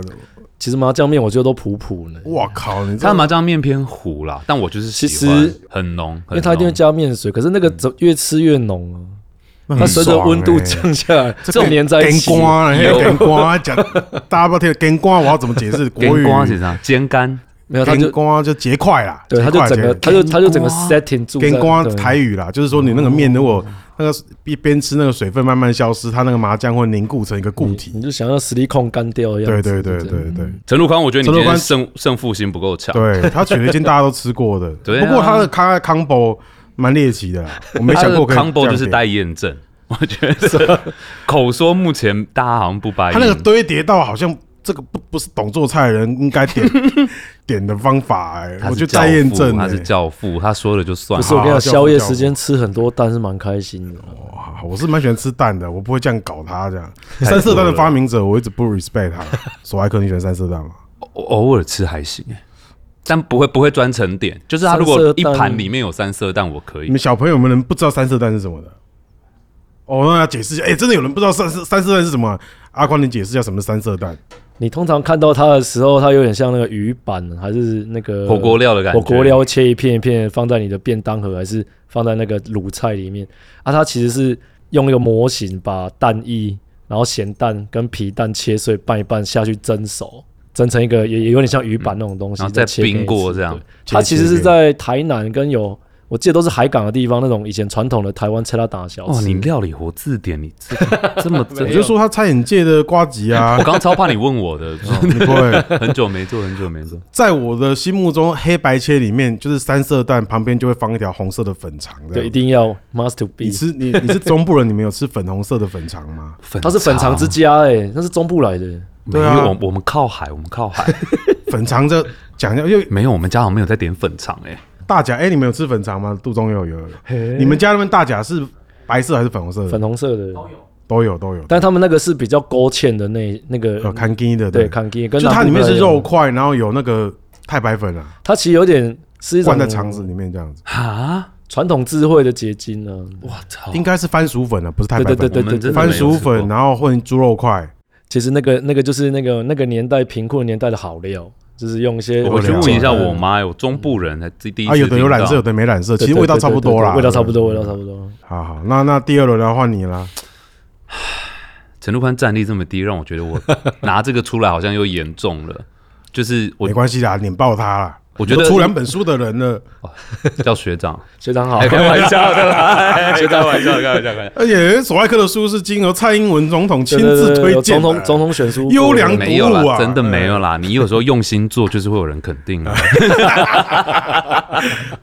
其实麻酱面我觉得都普普呢，
我靠，你这
他的麻酱面偏糊啦，但我就是喜
其
欢
实
很浓，
因
很
为它一定会
浓。
加面水，可是那个怎越吃越浓啊，
嗯那
它
很
随着
爽
温度
欸
降下来，这
个
种粘在一起
干，瓜啊，
有
干瓜讲，大家不要听干瓜，我要怎么解释国
跟
语？
瓜是啥？煎干
没有它
干
就
瓜就结块啦，
对，它
结
就
块
整个，
结
它就它就整个
干瓜
setting 住在
跟光
对
台语啦，就是说你那个面如果那个一边吃那个水分慢慢消失，它那个麻酱会凝固成一个固体。
你就想要实力控干掉嗯一样
对
子。嗯
对对
不
对对
陈陆康，我觉得你
陈
今
陆
天
宽
胜胜负心不够强。
对，他选了一间大家都吃过 的，
对啊
不过他的咖 combo 蛮猎奇的啦，我没
他
想
的
过可以
combo 就是
带
待验证，我觉得口说目前大家好像不白
他那个
眼，
堆叠到好像这个不不是懂做菜的人应该 点点的方法，哎，
他
我
是
觉得
教
待验
父，
证哎
他是教父，他说了就
不
算了
是。我跟你
好
讲，
教父
宵夜
教父
时间吃很多蛋是蛮开心的。
哇，我是蛮喜欢吃蛋的，我不会这样搞他这样。三色蛋的发明者，我一直不 respect 他。索爱克，你喜欢三色蛋吗？
偶偶尔吃还行，欸但不会不会专程点。就是他如
三色
果
蛋
一盘里面有三色蛋，我可
你
以。
们小朋友们能不知道三色蛋是什么的？哦，那要解释一下。哎、真的有人不知道三色三色蛋是什么啊、阿光，你解释一下什么是三色蛋？
你通常看到它的时候，它有点像那个鱼板，还是那个
火锅料的感觉，
火锅料切一片一片放在你的便当盒，还是放在那个卤菜里面啊？它其实是用一个模型把蛋液，然后咸蛋跟皮蛋切碎拌一拌下去蒸熟，蒸成一个也也有点像鱼板那种东西，
嗯然后再
切给你
冰过
吃
这样
对它其实是在台南跟有我记得都是海港的地方，那种以前传统的台湾切拉打小
哦，
吃。
你料理活字典，你这个这么
我
这，
就说他餐饮界的瓜吉啊
哎 我，刚超怕你问我的，
你不会
很久没做，很久没做。
在我的心目中，黑白切里面就是三色蛋，旁边就会放一条红色的粉肠的。
对，一定要 must to
你
be。
吃你你是中部人，你们有吃粉红色的粉肠吗？
粉
它是粉肠之家哎、欸，那是中部来的。
没
对啊
有，我我们靠海，我们 靠海，
粉肠这讲一下，因为
没有，我们家好像没有在点粉肠哎。
大甲哎、你们有吃粉肠吗？杜中有有有，你们家那边大甲是白色还是粉红色的？
粉红色的，
都有都有，
但他们那个是比较勾芡的那那个
有看金的
对，康基跟
就
南
它
部
里面
不太
是
一样
肉，块，然后有那个太白粉啊，
它其实有点是一种
灌在肠子里面这样子，
啊，
传统智慧的结晶呢、啊。
我操！
应该是番薯粉啊，不是太白粉。
对对
我们真的
番
没有
薯
吃过
粉，然啊后混猪肉块，
其实那个那个就是那个那个年代贫困年代的好料，就是用一些
我去
了
问
解
一下我妈，我中部人才第第一
啊，
次
有的有
听到
染色，有的没染色，
对，
其实味道差不多啦，
对对对对味道差不多，味道差不多。
好好，那那第二轮要换你啦，
陈陆宽战力这么低，让我觉得我拿这个出来好像又严重了。就是我
没，关系啦，碾爆他啦。
我觉得
都出两本书的人了，
叫 学长，
学长好
哦
哎， 开玩笑的啦，学长，开玩笑，开玩笑，开玩笑。
而且索爱克的书是经由蔡英文总统亲
对对对
自
对
推
有
荐
总
的，
统总统选书过
优良
的
没有啦，
啊
真的没有啦。你有时候用心做，就是会有人肯定啊 的。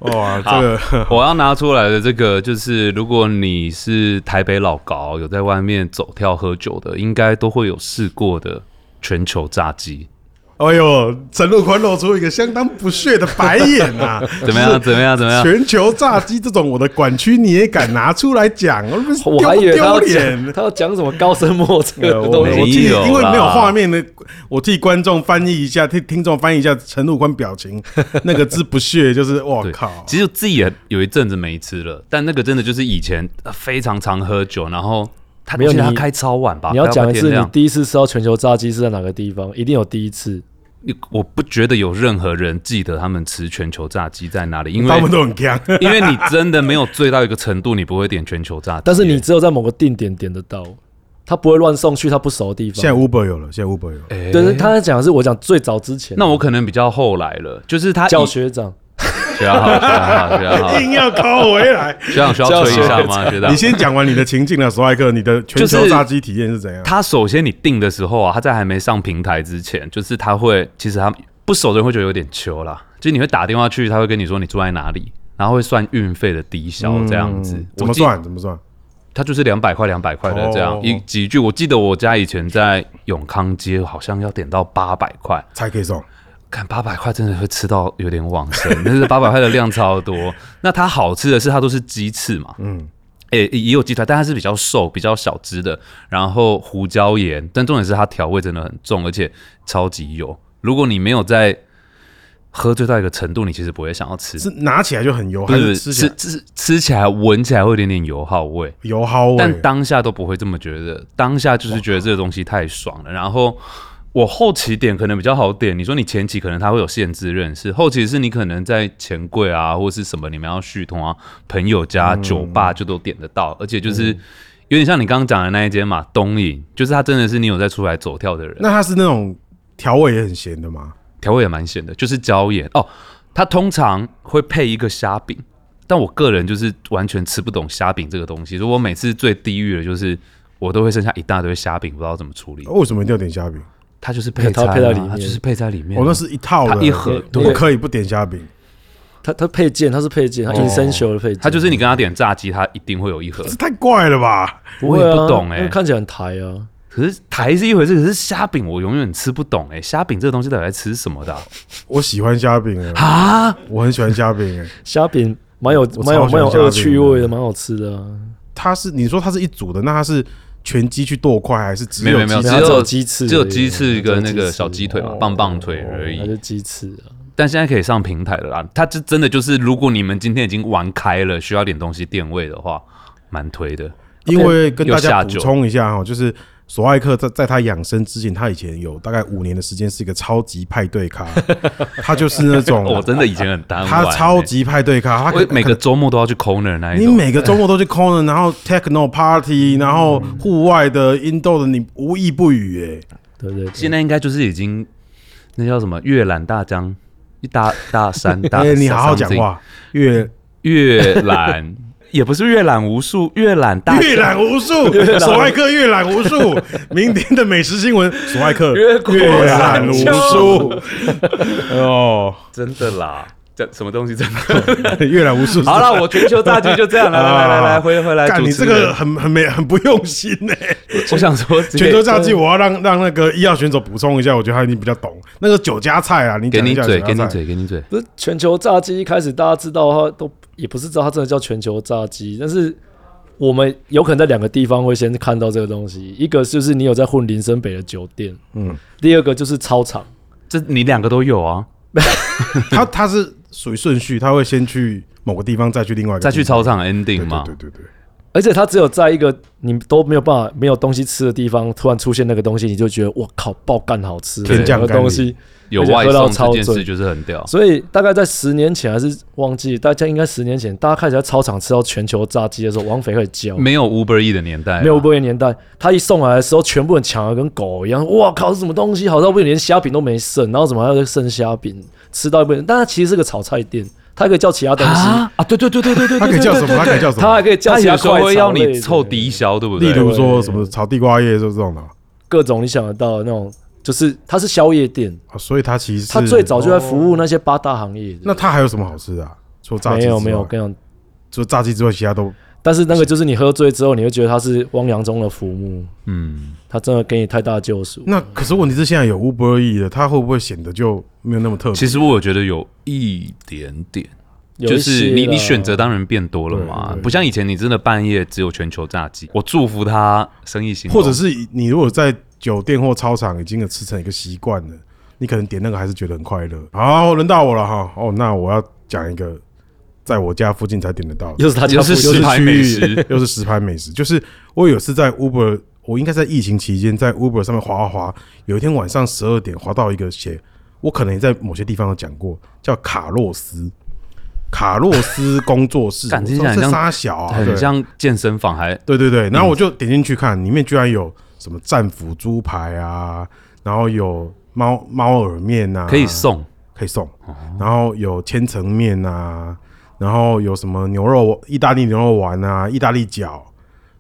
哇，这个
我要拿出来的这个，就是如果你是台北老高，有在外面走跳喝酒的，应该都会有试过的全球炸鸡。
哎呦，陈陆宽露出一个相当不屑的白眼 呐、
呃
怎么样？怎么样？怎么
啊
样？
全球炸鸡这种我的管区你也敢拿出来讲，我不是
我还以为
丢
他
不
要
丢脸
讲？他要讲什么高深莫测
呃
的
我
东
我
西
没
替
有啦
因为没有画面的，我替观众翻译一下，替听众翻译一下陈陆宽表 情那个之不屑，就是我
对
靠，
其实自己也有一阵子没吃了，但那个真的就是以前呃非常常喝酒，然后他
没有
我记得他
你
开超晚吧？
你要讲一
不
次，
天
你
亮
第一次吃到全球炸鸡是在哪个地方？一定有第一次。
你我不觉得有任何人记得他们吃全球炸鸡在哪 里，因
他
为
们都很强。
因为你真的没有醉到一个程度，你不会点全球炸鸡。
但是你只有在某个定点点得到，他不会乱送去他不熟的地
现在
方。
Uber 有了，现在 Uber 有了，
哎，
对，他在讲的是我讲最早之前，
那我可能比较后来了，就是他
叫学长，
学长好，学长好，学 长好，
硬要靠回来。
学长需要吹一下吗？学长
你，先讲完你的情境了，索爱克，你的全球炸鸡体验是怎样？
他首先你订的时候啊，他在还没上平台之前，就是他会，其实他不熟的人会觉得有点糗啦，就是你会打电话去，他会跟你说你住在哪里，然后会算运费的低消这样子，
怎么
我记？
算？怎么算？
他就是两百块、两百块的这样
哦
一几句。我记得我家以前在永康街好像要点到八百块，
才可以送。
看八百块真的会吃到有点旺盛，但是八百块的量超多。那它好吃的是它都是鸡翅嘛，嗯，诶、也有鸡腿，但它是比较瘦、比较小只的，然后胡椒盐，但重点是它调味真的很重，而且超级油。如果你没有在喝醉到一个程度，你其实不会想要吃，
是拿起来就很油，
不
还
是
是吃起
吃
来
吃吃起来闻起来会有一点点油耗味，
油耗味？
但当下都不会这么觉得，当下就是觉得这个东西太爽了。然后我后期点可能比较好点，你说你前期可能它会有限制认识，后期是你可能在钱柜啊或是什么你们要续通啊，朋友家、酒吧就都点得到，而且就是。有点像你刚刚讲的那一间嘛，东影，就是它真的是你有在出来走跳的人，
那它是那种调味也很咸的吗？
调味也蛮咸的，就是椒盐哦。它通常会配一个虾饼，但我个人就是完全吃不懂虾饼这个东西，所以我每次最地狱的就是我都会剩下一大堆虾饼，不知道怎么处理。
为什么一定要点虾饼？
它就是配
它
菜、啊，
配在里面
它就是配在里面、啊
我、那是一套的，
它一盒
对
对
不可以不点虾饼。
它它配件，它是配
哦
件，它 essential 的配件，
它就是你跟他点炸鸡，它一定会有一盒。
这太怪了吧？
不会啊
我也不懂欸
因为看起来很台啊，
可是台是一回事，可是虾饼我永远吃不懂哎、虾饼这个东西到底在吃什么的啊？
我喜欢虾饼哎，
啊
我很喜欢虾饼哎。
虾饼蛮有
我
蛮有
超喜
蛮
欢
有
虾饼的
恶趣味的，蛮好吃的啊。
它是你说它是一组的，那它是全鸡去剁块还是只
没有没有
鸡
哦只
它
有
鸡翅而已，
只有鸡翅跟
它只有
那个
鸡翅
小鸡腿嘛棒棒腿而已
它就鸡翅啊。
但现在可以上平台了啦。它这真的就是，如果你们今天已经玩开了，需要点东西垫位的话，蛮推的。
因为跟大
又
家
下
补
酒
充一下哈，就是索爱克在在他养生之前，他以前有大概五年的时间是一个超级派对咖，他就是那种
我真的以前很单玩、欸
他超，级派对咖，他
我
可
每个周末都要去 corner 那一
你
种。
每个周末都去 corner，然后 techno party，然
嗯
后户外的、indoor 的，你无一不语哎、
对对，对
现在应该就是已经那叫什么阅览大江一大大山大，
哎、你好好讲。话，阅
阅览 也不是阅览无数，阅览大
阅览无 数，索爱克阅览无数。明天的美食新闻，索爱克
越过
阅览
山
无
丘
数。 哦，
真的啦， 这什么东西真的？
阅览无数。
好了，我全球大局就这样，来来来来来，回回来。
干你
主持
这
人
个，很很没很不用心 呢、
我想说，
全球炸鸡，我要让让那个医药选手补充一下，我觉得他一定比较懂那个酒家菜啊，你
给
讲
你
一下
嘴，
酒
给
家
你
菜，
嘴，给你嘴。
不是全球炸鸡，一开始大家知道它都也不是知道它真的叫全球炸鸡，但是我们有可能在两个地方会先看到这个东西，一个就是你有在混林森北的酒店，嗯，第二个就是操场，
这你两个都有啊，
他他是属于顺序，他会先去某个地方，再去另外一个地
再
方，
去操场 ending
对
嘛。
对对对对，
而且它只有在一个你都没有办法没有东西吃的地方，突然出现那个东西，你就觉得我靠，爆干好吃，
天
降
有
甘
东
霖
西。
有外送这件事就是很屌。
所以大概在十年前还是忘记，大家应该十年前，大家开始在操场吃到全球炸鸡的时候，王菲会教，
没有 Uber E 的年代啊，
没有波音年代，他一送来的时候，全部人抢的跟狗一样，哇靠，是什么东西？好到不行，连虾饼都没剩，然后怎么还有剩虾饼？吃到一半，但它其实是个炒菜店，它可以叫其他东西，
啊啊！对对对对对对，
他可以叫什么？他可以叫什
它还
么？
可以叫
他
其
有时
快
候会
炒
要
类
你
的
凑低消，对不
例
对？
如说什么炒地瓜叶就是这种的啊，
各种你想得到的那种，就是它是宵夜店，
啊所以他其实是
它最早就在服务那些八大行业的。
那他还有什么好吃的啊？除了炸鸡
没
之
有
外
没有，我，跟你讲，
除了炸鸡之外，其他都
但是那个就是你喝醉之后，你会觉得它是汪洋中的浮木，
嗯，
它真的给你太大的救赎。
那可是问题是现在有 Uber E 的，他会不会显得就没有那么特别？
其实我觉得有一点点，
有一
就是你
些啦
你选择当然变多了
对
嘛
对，
不像以前你真的半夜只有全球炸鸡。我祝福他生意兴隆，
或者是你如果在酒店或操场已经有吃成一个习惯了，你可能点那个还是觉得很快乐。好，轮到我了哈。哦，那我要讲一个在我家附近才点得到的，
又是他家
又是
附近
石牌美食，
又是石牌美食。就是我有次在 Uber，我应该在疫情期间在 Uber 上面滑滑滑，有一天晚上十二点滑到一个写，我可能也在某些地方有讲过，叫卡洛斯。卡洛斯工作 室，
感觉
我说
很像
这沙小啊，对
很像健身房还
对对
嗯
对，然后我就点进去看，里面居然有什么战斧猪排啊，然后有猫猫耳面啊，
可以送。
可以送，
哦
然后有千层面啊，然后有什么牛肉意大利牛肉丸啊，意大利饺，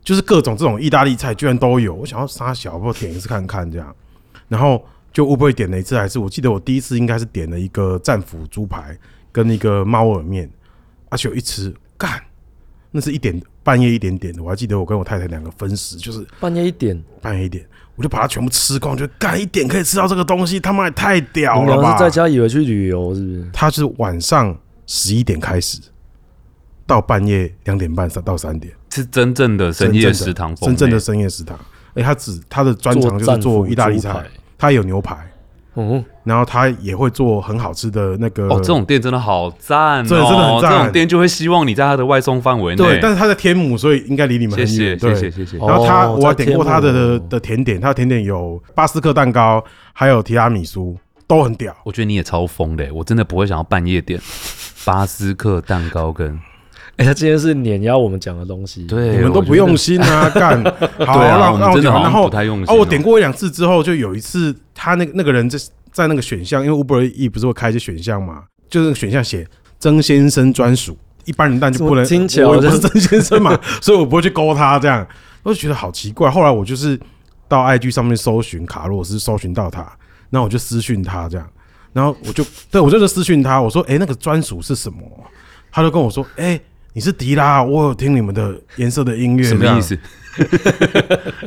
就是各种这种意大利菜居然都有。我想要杀小，不点一次看看这样，然后就 Uber 点了一次，还是我记得我第一次应该是点了一个战斧啊猪排跟一个猫耳面，而且我一吃干，那是一点半夜一点点的，我还记得我跟我太太两个分食，就是
半夜一点，
半夜一点，我就把它全部吃光，就干一点可以吃到这个东西，他妈也太屌
你
了
们
吧
是！在家以为去旅游是不是？
它是晚上十一点开始，到半夜两点半三到三点，
是真正的深夜食堂风
真正的
欸
深夜食堂。哎，他只他的专长就是
战
做
俘
意大利
猪
菜
排，
他有牛排，
嗯，
然后他也会做很好吃的那个
哦，这种店真的好赞哦，
这真的很赞
这种店就会希望你在它的外送范围内。
对，但是他在天母，所以应该离你们
哎谢
很
谢
远。
谢
对，
谢谢谢
哦。
然后他
哦
我还
在
点过
天
他的
母
的甜点，他的甜点有巴斯克蛋糕，还有提拉米苏，都很屌。
我觉得你也超疯的欸，我真的不会想要半夜点巴斯克蛋糕跟
哎、他今天是碾压我们讲的东西，，
对，
你们都
我觉
不
得
用心 啊，干！好，
对啊
让
我们
让我
真的
讲，
好像
然后
不太用
哦，
心
我
哦
点过一两次之后，就有一次他那个那个人在在那个选项，因为 Uber E 不是会开一些选项嘛，就那个选项写曾先生专属，一般人但就不能，
怎么听起来
我又
好
不
像
是曾先生嘛， 所以我不会去勾他这样，我就觉得好奇怪。后来我就是到 IG 上面搜寻卡洛斯，搜寻到他，然后我就私讯他这样，然后我就 对我就是私讯他，我说哎、诶那个专属是什么？他就跟我说哎。诶你是迪拉，我有听你们的颜色的音乐，
什么意？思？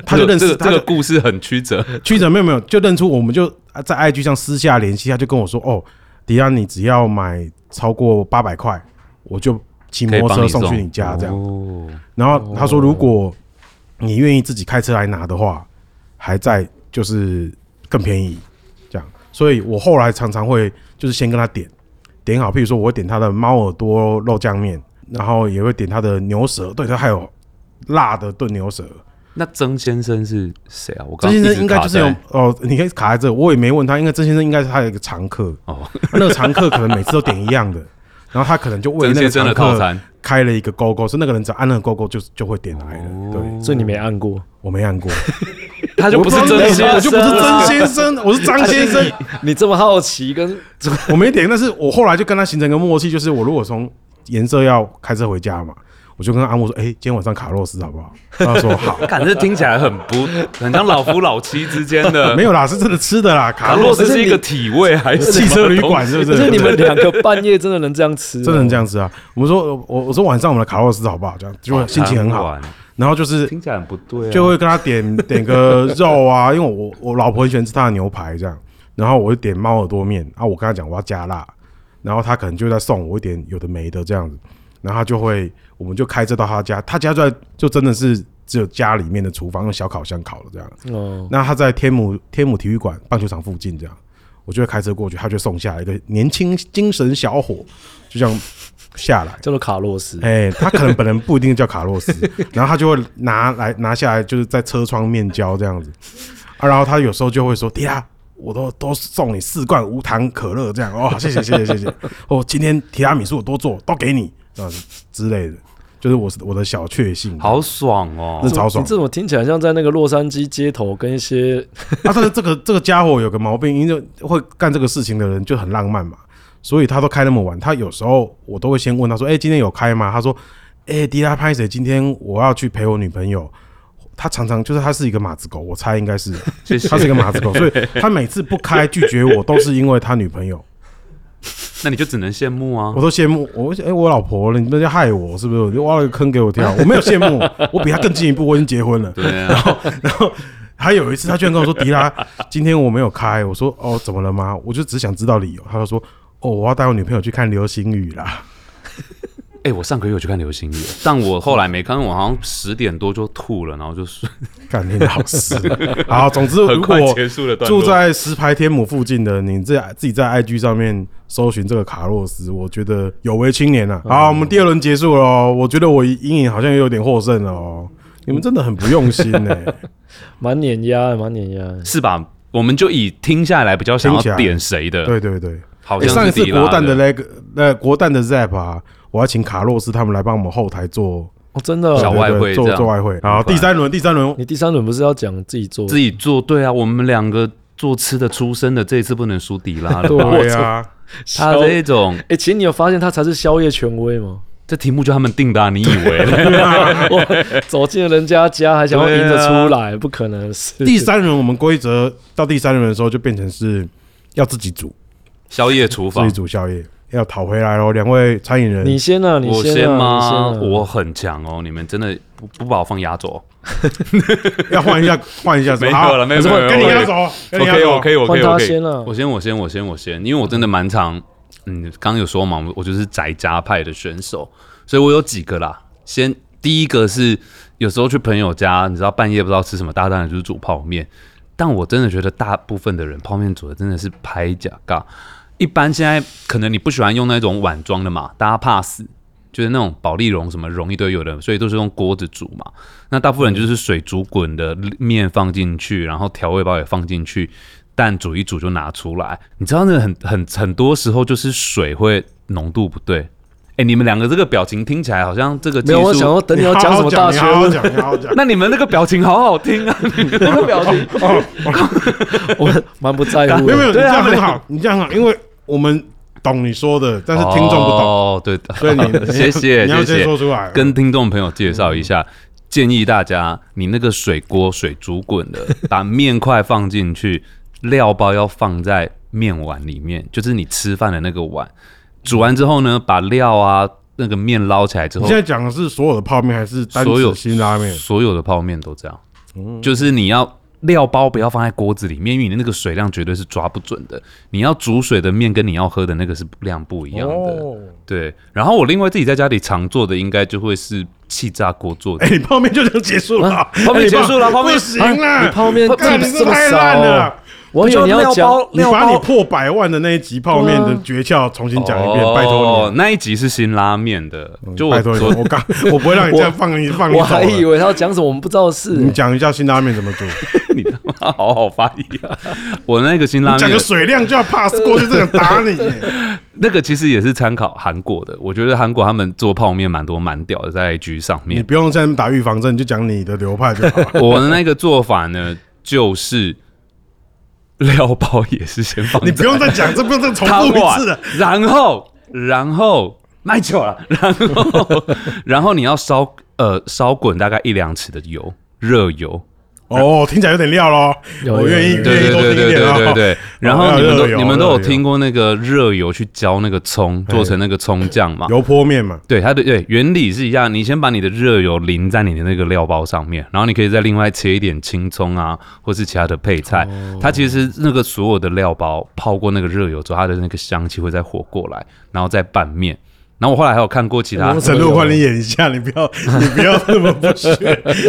他就认识
这个
他
这
就
个故事很曲折，
曲者没有没有，就认出我们就啊在 IG 上私下联系，他就跟我说：“哦，迪安，你只要买超过八百块，我就骑
可以
摩托
帮
车
你
送去你家这样。
哦
然后他说，如果你愿意自己开车来拿的话，还在就是更便宜这样。所以我后来常常会就是先跟他点点好，譬如说我会点他的猫耳朵肉酱面，然后也会点他的牛舌，对他还有辣的炖牛舌，
那曾先生是谁啊？我
曾
刚
先
刚一
生
直
应该
卡
就是
在
有哦，你可以卡在这，我也没问他，因为曾先生应该是他的一个常客，
哦，
那个常客可能每次都点一样的，然后他可能就为
曾
那个
先生
常
的套
客
餐。
开了一个勾勾，是那个人只要按那个勾勾就就会点来了。对，
所以你没按过，
我没按过，
他就不是
我
真
知道你
先生，啊
我就不是曾先生，我是张先生，
你这么好奇跟
我没点，但是我后来就跟他形成一个默契，就是我如果从颜色要开车回家嘛，我就跟阿莫说，哎，今天晚上卡洛斯好不好？他说好，
感这听起来很不，很像老夫老妻之间的。
没有啦，是真的吃的啦，
卡
卡
洛
洛
斯
斯
是一个体位还是
汽车旅馆
什
是
么
不
东西？
是？
可是你们两个半夜真的能这样吃、
真的很这。样子啊！我们说，我我说晚上我们来卡洛斯好不好？这样就会心情很好。
贪玩，
然后就是
听起来很不对啊。
就会跟他点 点个肉啊，因为我我老婆很喜欢吃他的牛排这样，然后我就点猫耳朵面啊，我跟他讲我要加辣，然后他可能就在送我一点有的没的这样子，然后他就会我们就开车到他家，他家就在就真的是只有家里面的厨房用小烤箱烤的这样，
哦，
那他在天母天母体育馆棒球场附近这样，我就会开车过去，他就送下来一个年轻精神小伙，就这样下来。
叫做卡洛斯，
哎、他可能本人不一定叫卡洛斯，然后他就会拿来拿下来，就是在车窗面交这样子啊。然后他有时候就会说：“爹啊，我都都送你四罐无糖可乐这样哦，谢谢谢谢谢谢哦，今天提拉米苏我多做，都给你啊之类的，就是我是我的小确幸。
好爽哦
那！超爽
你这种听起来像在那个洛杉矶街头跟一些
啊，但是这个这个家伙有个毛病，因为会干这个事情的人就很浪漫嘛，所以他都开那么晚。他有时候我都会先问他说：“哎、今天有开吗？”他说：“哎、迪拉拍谁？今天我要去陪我女朋友。”他常常就是他是一个马子狗，我猜应该是
谢谢
他是一个马子狗，所以他每次不开拒绝我都是因为他女朋友，
嗯那你就只能羡慕啊
我。都羡慕我哎、我老婆了，你们在害我是不是？你挖了个坑给我跳，我没有羡慕，我比他更进一步，我已经结婚了。
对啊，
还有一次，他居然跟我说：“迪拉， 今天我没有开。”我说：“哦，怎么了吗？”我就只想知道理由。他就说：“哦，我要带我女朋友去看流星雨啦。
哎，我上个月有去看流星雨，但我后来没看，我好像十点多就吐了，然后就睡。”
干你老 师！好，总之
很
如果
快结束了段落。
住在石牌天母附近的，你在自己在 IG 上面搜寻这个卡洛斯，我觉得有为青年
嗯
啊。好，我们第二轮结束了哦，我觉得我阴影好像有点获胜了哦。你们真的很不用心欸呢、
蛮碾压的，蛮碾压的。
是吧？我们就以听下来比较想
听起
要
来
点谁的，
对对对。
好
欸
像
上一次
迪拉
国蛋的那个那国蛋的 Zap 啊，我要请卡洛斯他们来帮我们后台做
哦，真的哦、
小外
对
汇
对对
这
做
样
做外汇。
很
好，
快
第三轮，第三轮，
你第三轮不是要讲自己做
自己做对啊，我们两个做吃的出身的，这一次不能输迪拉 了。
对啊呀，
他
哎、
这种
欸其实你有发现他才是宵夜权威吗？
这题目就他们定的、啊，你以 为嘞？
我走进了人家家，还想要
对啊
赢着出来，不可能是
第三轮我们规则到第三轮的时候就变成是要自己煮，
宵夜厨
自
房
己煮宵夜。要讨回来喽，两位餐饮人，
你先啊，你
我
先啊，
吗？
你先啊
我很强哦，你们真的不不把我放压轴？
要换一 下，换一下，
没有
好
了，没有，
可是
没
我
有，
跟你
没有
压轴，跟你压
，OK，
轴
我可以，我可
换
以，
他
我可以
先，啊
我先，我先，我先，我先，因为我真的蛮常，嗯，刚刚有说嘛，我我就是宅家派的选手，所以我有几个啦。先第一个是有时候去朋友家，你知道半夜不知道吃什么，大当然就是煮泡面。但我真的觉得大部分的人泡面煮的真的是拍假尬。一般现在可能你不喜欢用那种碗装的嘛，大家怕死，就是那种保利龙什么溶一堆有的，所以都是用锅子煮嘛。那大部分人就是水煮滚的面放进去，然后调味包也放进去，蛋煮一煮就拿出来。你知道那个很很很多时候就是水会浓度不对。哎、你们两个这个表情听起来好像这个技
没有，我想
术，
要等你要讲什么大
你
学啊
好好
问，
讲，你好好讲，
那你们那个表情好好听啊！你们那个表情，
我蛮不在乎
哦没有没有，
的。
你这样很
啊
好，你这样很好，因为我们懂你说的， 但是听众不懂，
哦，对的，
所以你
谢谢
你要
谢谢
先说出来，
跟听众朋友介绍一
嗯
下，建议大家你那个水锅水煮滚的，把面块放进去，料包要放在面碗里面，就是你吃饭的那个碗。煮完之后呢，把料啊那个面捞起来之
你
后
现，在讲的是所有的泡面还是单
所有
指辛拉面？哦
所有的泡面都这样，就是你要。料包不要放在锅子里面，因为你那个水量绝对是抓不准的。你要煮水的面跟你要喝的那个是量不一样的。
哦，
对，然后我另外自己在家里常做的，应该就会是气炸锅做的
哎，。你泡面就这样结束了啊，
泡面
哎你
结束了泡面
不行
啊
啦，
你泡面
干你
tips
这太烂
这么少
了
啊
哦。我以为你要讲，
你把你破百万的那一集泡面的诀窍重新讲一遍，拜托
啊哦，那一集是新拉面的，
你，
就
拜
我
托你，
昨
我刚我不会让你这样放你放你啊
我
走
还以
的。
为他要讲什么我们不知道的 事。
你讲一下辛拉面怎么煮，
你他妈 好好发言 啊！我那个新拉
讲
面
个水量就要 pass 过去，这样打你。
那个其实也是参考韩国的，我觉得韩国他们做泡面蛮多蛮屌的，在 IG 上
你
面。
不用在那边打预防针，你就讲你的流派就好了。
我的那个做法呢，就是料包也是先放在，
你不用再讲，这不用再重
汤
复一
碗
次了。
然后，然后卖酒了，然后，然后你要烧呃烧滚大概一两匙的油，热油。
哦，听起来有点料喽，
有
我愿意
有有
愿
对
意多听
对对
一
对
点
对对
哦。
对。然后你们
要热
都
油
你们都有
热油
听过那个热油去浇那个葱，做成那个葱酱嘛？
油泼面嘛，
对，它的对原理是一样，你先把你的热油淋在你的那个料包上面，然后你可以再另外切一点青葱啊，或是其他的配菜。它其实那个所有的料包泡过那个热油之后，它的那个香气会再活过来，然后再拌面。然后我后来还有看过其他
嗯，
陈陆宽，你演一下，你 不要，你不要那么不屑。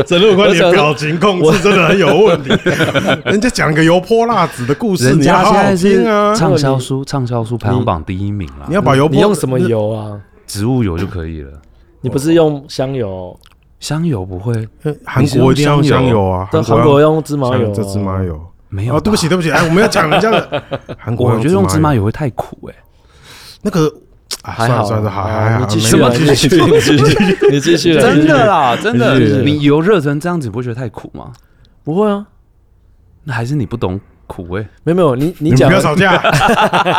陈陆宽，你的表情控制真的很有问题。 人家讲个油泼辣子的故事，
人
你要
家
好
现
好
在是
听啊。
畅销书，畅销书排行榜第一名啦
你，要把油泼，
你用什么？油啊？
植物油就可以了，
你不是用香油？
香油不会
韩国一定要香油啊，
对，韩国用芝麻油啊，
这芝麻油。
没有吧、
哦，对不起，对不起，哎，我们要讲人家的 韩国。
我觉得用芝麻
油
油会太苦哎、
那个，啊
还
算了
好啊，
算了，好，还好，
你继
没
续啊，
有继续
你继续，你继续，你 继续啊，你继
真
续
的啦，真的
是是，
你油热成这样子，你不会觉得太苦吗？
不会啊，
那还是你不懂苦欸味、
没有没有，你你
你们
讲啊
不要吵架。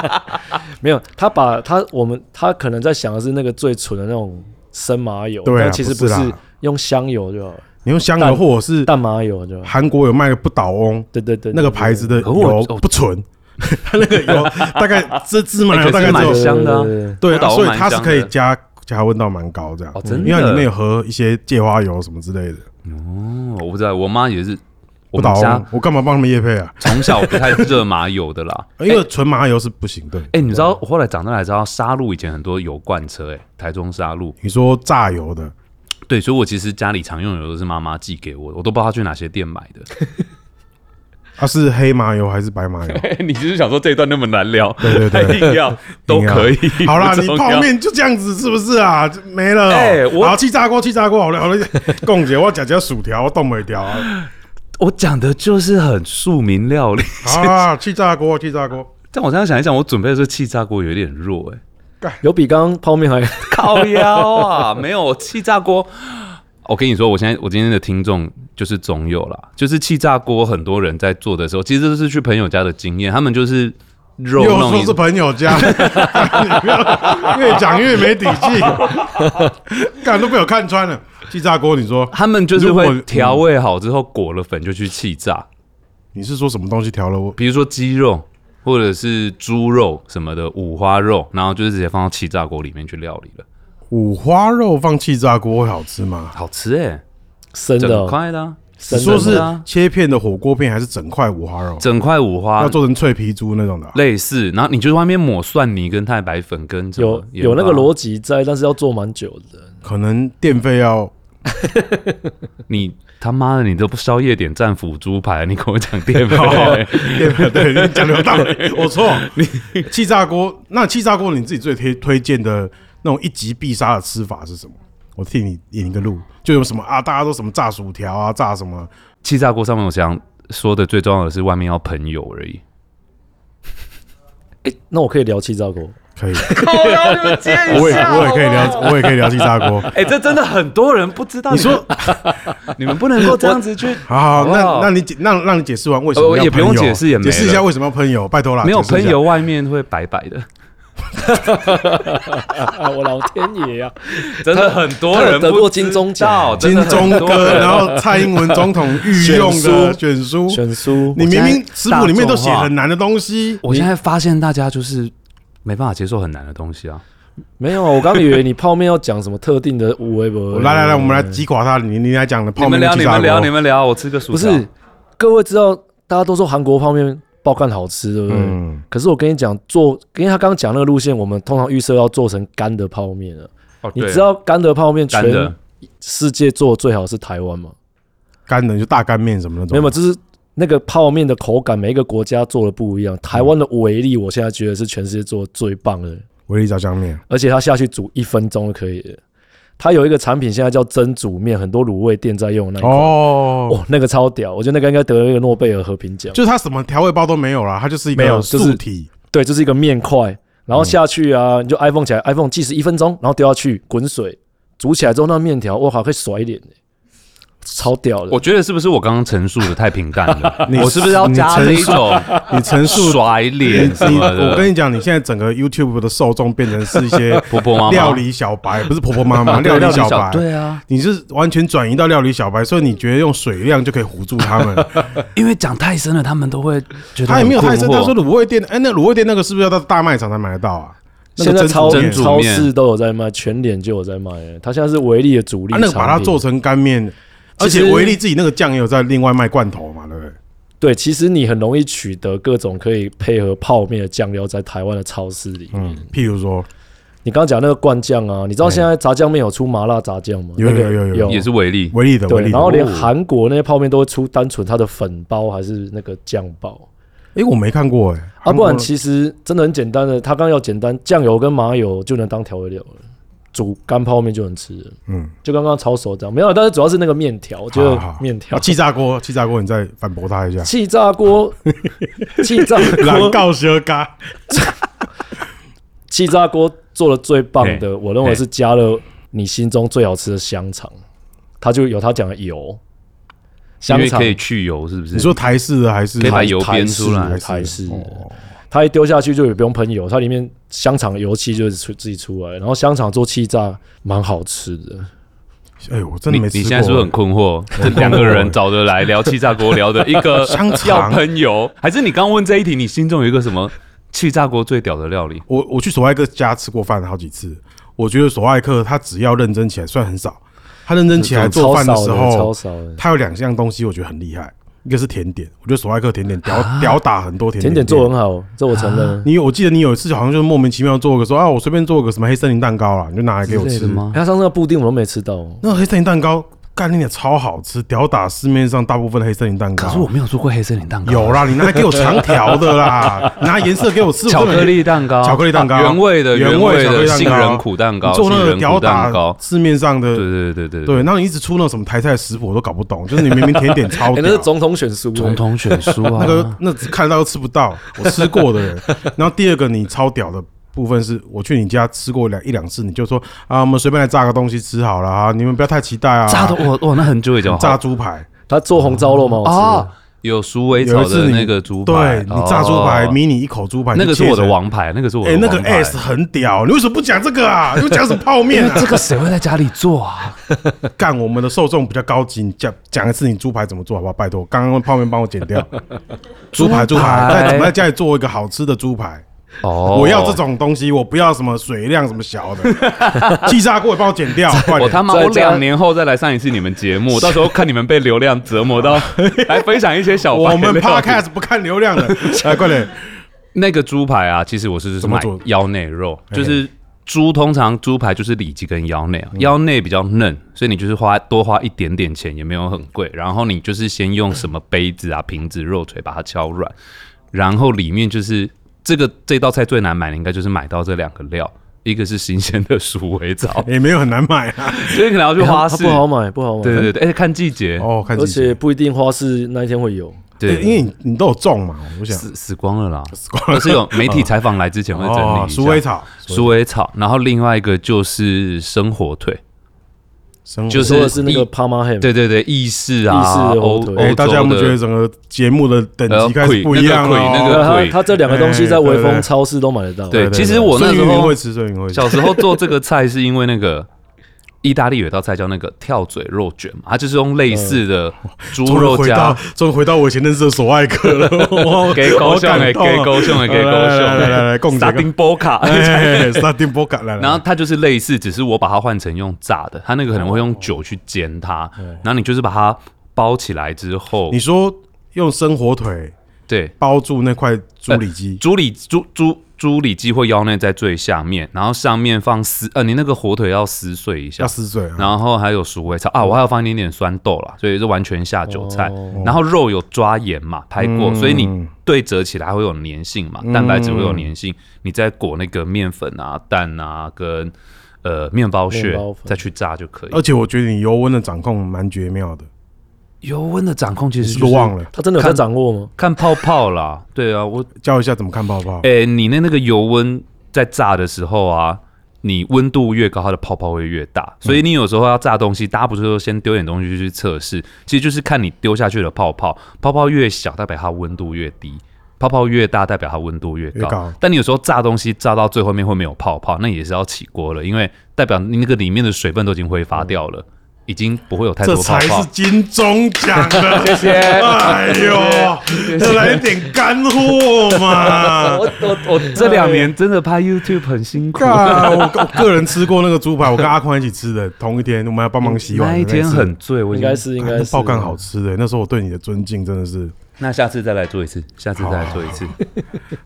没有，他把他我们他可能在想的是那个最纯的那种生麻油，
对啊
但其实
不
不
是啦
用香油就好，
你用香油，
蛋
或者是
淡麻油就好。
韩国有卖个不倒翁，
对对对，
那个牌子的
可我
油
我
不纯， 它那个油大概这芝麻油
哎可
大
是
概只
蛮
有
对
香的啊
对对对
对、
不
啊，
倒
所
翁
以
蛮
它是
香
可以
的
加加味道蛮高这样，
哦真的
因为它里面有和一些芥花油什么之类的。
哦，我不知道，我妈也是，我
不倒
们
翁
家，
我干嘛帮他们夜配啊？
从小不太热麻油的啦。
因为纯麻油是不行的。
哎、你知道我后来长大才知道，沙鹿以前很多油罐车、哎，台中沙鹿。
你说榨油的，
对，所以我其实家里常用的油都是妈妈寄给我的，我都不知道她去哪些店买的。
它、是黑麻油还是白麻油？
你就是想说这一段那么难聊，
对对对
硬要
硬要 好啦，你泡。面就这样子是不是啊？就没了、哦。
哎我
好气炸锅，气炸锅，好了好 了。共姐，我讲讲薯条，我冻没掉 啊！
我讲的就是很庶民料理，
好啊，气炸锅，气炸锅。
但我这样想一想，我准备的这气炸锅有点弱哎、
有比刚刚泡面还
烤腰啊，没有气炸锅。我跟你说，我现在我今天的听众就是总有啦，就是气炸锅，很多人在做的时候，其实都是去朋友家的经验，他们就是肉
又
弄
说
一
是朋友家， 你不要越讲越没底气， 干都被我看穿了。气炸锅，你说
他们就是
如果
会调味好之后裹了粉就去气炸，
你是说什么东西调了我？
比如说鸡肉，或者是猪肉什么的五花肉，然后就是直接放到气炸锅里面去料理了，
五花肉放气炸锅会好吃吗？
好吃哎、
生的
整
哦，
块的啊、
你
生
说
的
是
啊
切片的火锅片，还是整块五花肉？
整块五花
要做成脆皮猪那种的啊、
类似，然后你就外面抹蒜泥跟太白粉跟什么
有有那个
盐巴啊
逻辑在，但是要做蛮久的。
可能电费要
你他妈的，你都不宵夜点战辅猪排，你跟我讲淀粉、
电费， 对你讲的有道理，我错。气炸锅，那气炸锅你自己最推推荐的那种一击必杀的吃法是什么？我替你引一个路，就有什么啊？大家都什么炸薯条啊，炸什么？
气炸锅上面，我想说的最重要的是外面要喷油而已。
那我可以聊气炸锅，
可以，
我
我也 我也可以聊，我也可以聊气炸锅。
哎、这真的很多人不知道。
你说，
你们不能够这样子去，
好，好
哇
那那你解让让你解释完为什么
呃
要
也不用
喷油
解释也没
解释一
了
下为什么要喷油，拜托啦，
没有
啊解释一
喷
下
油，外面会白白的。
啊，我老天爷呀、
真的很多
他有
人
得过
不知
金钟奖
道真
金
的
钟
很多
哥，
人
然后蔡英文总统御用的选书，
选书，
你
我
明
现在
明食谱里面都写很难的东西，
我现在发现大家就是没办法接受很难的东西啊。
没有啊，我刚以为你泡面要讲什么特定的五味博。
来来来，我们来击垮他，你你来讲的
你
泡
们
面
聊，
气
你
炸
们聊，你
锅，
们聊，我吃个薯
不
条。
是，各位知道，大家都说韩国泡面爆干好吃，对不对？
嗯，
可是我跟你讲，做，因为他刚刚讲那个路线，我们通常预设要做成干的泡面了。
哦
你
对
知道干的泡面
干的
全世界做的最好是台湾吗？
干的就大干面什么那种，
没有，就是那个泡面的口感，每一个国家做的不一样。台湾的维力，我现在觉得是全世界做的最棒的，
维力炸酱面，
而且它下去煮一分钟就可以了。它有一个产品现在叫蒸煮面，很多卤味店在用的那一款。
哦，
哎哦，那个超屌，我觉得那个应该得了一个诺贝尔和平奖。
就是它什么调味包都没有啦，它就是一
没有
个
就是
素体，
对，就是一个面块，然后下去啊，你就
嗯
iPhone 起来，iPhone 计时一分钟，然后丢下去滚水，煮起来之后那面条，哇靠，可以甩脸、欸、超屌的
我。觉得是不是我刚刚陈述的太平淡 了
你？
我是不是要加了一种
你陈述。
甩脸什
你
么
我
的？
跟你讲，你现在整个 YouTube 的受众变成是一些
婆婆妈妈
料理小白，不是婆婆妈 妈，
对
料理
小
小白，
对啊，
你是完全转移到料理小白，所以你觉得用水量就可以唬住他们？
因为讲太深了，他们都会觉得
他也没有
很
太深，
困
他
惑
说卤味店，哎，那卤味店那个是不是要到大卖场才买得到啊？那个
现在
蒸
超
煮面
蒸煮
超
面
市都有在卖，全脸就有在卖了。它现在是维力的主力
啊
产
那
品。
个把它做成干面，而
其实
且维力自己那个酱也有在另外卖罐头嘛，对不对？
对，其实你很容易取得各种可以配合泡面的酱料，在台湾的超市里面。
嗯，譬如说
你刚刚讲那个灌酱啊，你知道现在炸酱面有出麻辣炸酱吗？
有
那个
有有有
有
也是维力，
维力的维
对，
力的，
然后连
哦
韩国那些泡面都会出单纯它的粉包还是那个酱包。
哎，我没看过哎，
啊，
韩
不
国
然其实真的很简单的，它刚刚要简单，酱油跟麻油就能当调味料了，煮干泡面就能吃了。
嗯，
就刚刚抄手这样，没有，但是主要是那个面条，我觉
好好
得面条。
啊、气炸锅，气炸锅，你再反驳他一下
气炸锅，气炸
狼
锅，
告蛇嘎，
气炸锅做的最棒的，我认为
嘿
是加了你心中最好吃的香肠，它就有它讲的油，
因
香
为
肠
可以去油，是不是？
你说台式的还是
可以把
台
油
台
煸
式
出来
的
式
台式的
哦
它一丢下去就也不用喷油，它里面香肠油漆就是出自己出来，然后香肠做气炸蛮好吃的。
哎、我真
你
的没吃过。
你现在是不是很困惑？这两个人找得来聊气炸锅，聊的一个
欸 香肠
要喷油，还是你刚问这一题，你心中有一个什么气炸锅最屌的料理？
我我去索爱克家吃过饭好几次，我觉得索爱克他只要认真起来，虽然很少，他认真起来做
超
饭的
少
时
超
候，
少的。
他有两项东西我觉得很厉害，一个是甜点，我觉得索爱克甜点屌屌打很多甜
啊甜
点
点做
店
得很好，这我承认。
你我记得你有一次好像就是莫名其妙做个说啊，我随便做个什么黑森林蛋糕啦，你就拿来给我
之类
吃
的。吗？
他上次那个布丁我都没吃到，
那个黑森林蛋糕干你也超好吃，屌打市面上大部分的黑森林蛋糕。
可是我没有做过黑森林蛋糕，
有啦，你拿来给我长条的 啦，拿颜色给我吃，我
巧
根本
克力蛋糕，
巧克力蛋糕
啊原味的
原味
味
巧克力
的
蛋糕
杏仁苦蛋糕，
你做那
杏
个
仁
屌
苦
打
蛋糕，
市面上的
对对对对
对，然后你一直出那种什么台菜食谱，我都搞不懂。就是你明明甜点超
哎，
屌，
那是总统选书，
总统选书
那
啊，
个那只看到又吃不到，我吃过的人。然后第二个你超屌的部分是，我去你家吃过两一两次，你就说啊，我们随便来炸个东西吃好了啊，你们不要太期待啊。
炸的，哇哇，那很久以前
炸猪排，哦
他做红烧肉嘛，我吃
啊
了。，
有鼠尾
有
草
一次
的
你
那个猪
对
排，
你炸猪排，
哦
迷你一口猪排，
那个
你
是
切
我的
成。
王牌，那个是我
哎、
的
那
王
个
牌。
S 很屌，你为什么不讲这个啊？又讲什么泡面啊？
这个谁会在家里做啊？
干我们的受众比较高级，你讲讲一次你猪排怎么做好不好？拜托，刚刚泡面帮我剪 掉。猪排，猪排，在怎么在家里做一个好吃的猪排？
哦
我要这。种东西，我不要什么水量什么小的， 气炸锅也帮我剪掉，快
我
点！
他妈，
在
我
家
两年后再来上一次你们节目，到时候看你们被流量折 磨到，来分享一些小白
我们
料理
podcast 不看流 量的，来快点！
那个猪排啊，其实我是
怎么
买
做
腰内肉，
嘿，
就是猪通常猪排就是里脊跟腰内啊，腰内比较嫩，所以你就是花多花一点点钱也没有很贵，然后你就是先用什么杯子啊、瓶子、肉锤把它敲软，然后里面就是这个这道菜最难买的应该就是买到这两个料。一个是新鲜的鼠尾草
也没有很难买 啊。
所以可能要去
哎
花
它它
市
不。好买，不好买。
对对对，而且看季节，
哦，看
而
自己
且不一定花市那一天会有。
对，因
对，
为你你都有种嘛，我 想哦
死死光了啦，死光了。是有媒体采访来之前会整理一下。
鼠尾草，
鼠尾草，然后另外一个就是生火腿，
生活
就
说的是那
意
个 Parma Ham，
对对对，意式啊，
意式的
欧
火腿
哎、
欧
大家有
洲
没有觉得
的，
整个节目的等
呃
级开始
溃
不一样了、哦
那
对
个溃那个
啊，
对
它它这两个东西在微
哎对对
风超市都买得到。
对其实我那
孙
时候
云云会吃，孙云云会吃。
小时候做这个菜是因为那个。意大利有一道菜叫那个跳嘴肉卷嘛，它就是用类似的
嗯
猪
终于
肉
回
夹
到，终于回到我以前认识的索爱克 了，我
给
好
狗熊
感
哎，
动啊
给狗熊哎，给
来
狗
来
熊
来来来来共
沙
这个
丁波卡，
哎，沙丁波卡来来，
然后它就是类似，只是我把它换成用炸的，它那个可能会
哦
用酒去煎它，然后你就是把它包起来之后
你，说用生火腿
对，
包住那块猪里脊，
猪里猪猪猪里脊或腰内在最下面，然后上面放撕呃，你那个火腿要撕碎一下
要，撕嗯碎啊！
呃然后还有鼠尾草啊，我还要放一点点酸豆啦，所以是完全下酒菜。
哦
然后肉有抓盐嘛，拍过，
嗯
所以你对折起来会有粘性嘛，蛋白质会有粘
嗯
性，你再裹那个面粉啊、蛋啊跟呃面包屑
面包粉
再去炸就可以
而。且我觉得你油温的掌控蛮绝妙的，
油温的掌控其
你
实
是
就
不是
是
忘了
它真的有在掌握吗？
看泡泡啦，对啊，我
教一下怎么看泡泡？
哎、你那那个油温在炸的时候啊，你温度越高，它的泡泡会越大。所以
嗯
你有时候要炸东西，大家不是说先丢点东西去测试，其实就是看你丢下去的泡泡，泡泡越小代表它温度越低。泡泡越大，代表它温度越高。
越高
但你有时候炸东西炸到最后面会没有泡泡，那也是要起锅了，因为代表你那个里面的水分都已经挥发掉了，已经不会有太
嗯这
多泡
才
泡
是。金钟奖 的，谢谢。哎呦，再来一点干货 嘛！
我 我我这两年真的拍 YouTube 很辛苦，
干我我个人吃过那个猪排，我跟阿宽一起吃的，同一天，我们要帮忙洗碗。
那一天很醉，我已
应
经
该是应该是哦
爆干好吃的，那时候我对你的尊敬真的是，
那下次再来做一次，下次再来做一次。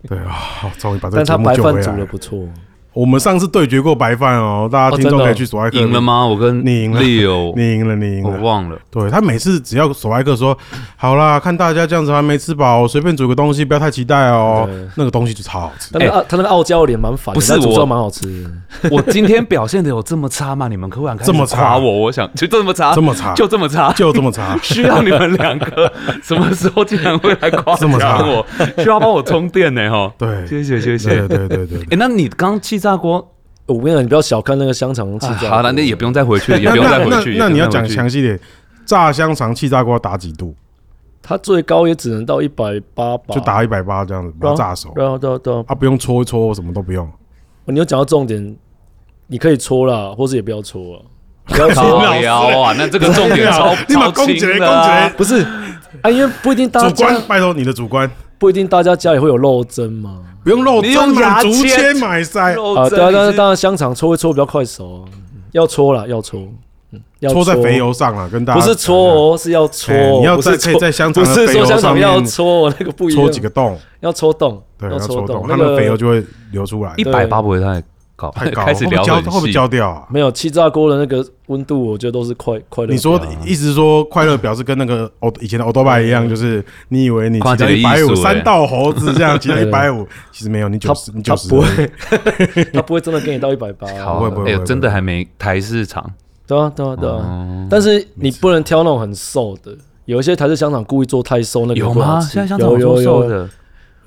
对啊，好终于把这个
但
节
它
目
白
救回
饭煮的
来。哎
不错，
我们上次对决过白饭哦，大家
哦
听众
真的哦
可以去索爱克
赢了？吗？我跟
你赢了
Leo，
你赢了，你赢
我
了。
忘了。
对他每次只要索爱克说好啦，看大家这样子还没吃饱，随便煮个东西，不要太期待哦
对。
那个东西就超好吃。
它那个
哎
澳它那个傲娇脸蛮烦的，
不是
但煮出来
我
蛮好吃的。
我今天表现的有这么差吗？你们可不可以
这么差
夸我？我想就这么差，
这么差
啊就这么差。。
就这么差
需要你们两个 什么时候竟然会来夸
这么差
奖我？需要帮我充电呢？哈，
对
谢谢谢谢。
对对对对对。
哎，那你刚气炸锅，
我跟你讲，你不要小看那个香肠气
啊
炸。
好了，那也不用再回去，也
那
不用
那
再回去。
那那你
也
要
不用再
讲
回去
详细点，炸香肠气炸锅要打几度？
它最高也只能到一百八吧，
哦
就打一百八这样子，把它炸熟。
对啊对啊对啊。
啊，不用搓一搓，什么都不用。
你有讲到重点，你可以搓啦，或是也不要搓啊。
不要靠腰啊！那这个重点超
你把
超
攻击
轻
雷
的啊。
攻
不是 啊，因为不一定大
主观
家，
拜托你的主观，
不一定大家家里会有肉蒸嘛。
不用肉
你
蒸
用
嘛，
牙
竹
签
签买塞，
啊，
啊
对啊，但是当然香肠搓一搓比较快熟啊，要搓啦，要搓，嗯，要
搓在肥。油上啊了，跟大家
不是搓哦，是要搓哦。
哎你要
不
在
是
可以
搓
在香肠
不
的
是
肥油
说香
上
肠
面
要搓哦，那个不一样。
搓几个洞，
要戳洞，
对，要
戳
搓洞，它
那
那个
个
肥油就会流出来
一，百八不会太高，
太高了，
开始
会不
聊
会
得
焦
很
会不会
细
焦掉啊？
没有气炸锅的那个温度，我觉得都是快快乐。啊
你说一直说快乐表示跟那个欧以前的欧多拜一样，就是你以为你骑
跨界
到
的
一百
艺
五
术
三
哎
道猴子这样骑到一
对
百五，其实没有，你九
他
十，你
他
九十
不会，他不会真的给你到一百八。
好，
不会不会
哎呦
不会
真的还没台市场
对啊对啊对
哦
啊，但是你不能挑那种很瘦的，有一些台式香肠故意做太瘦，那个
有
不好
吗？
吃
现在香肠
有
有
有
瘦
有，
的，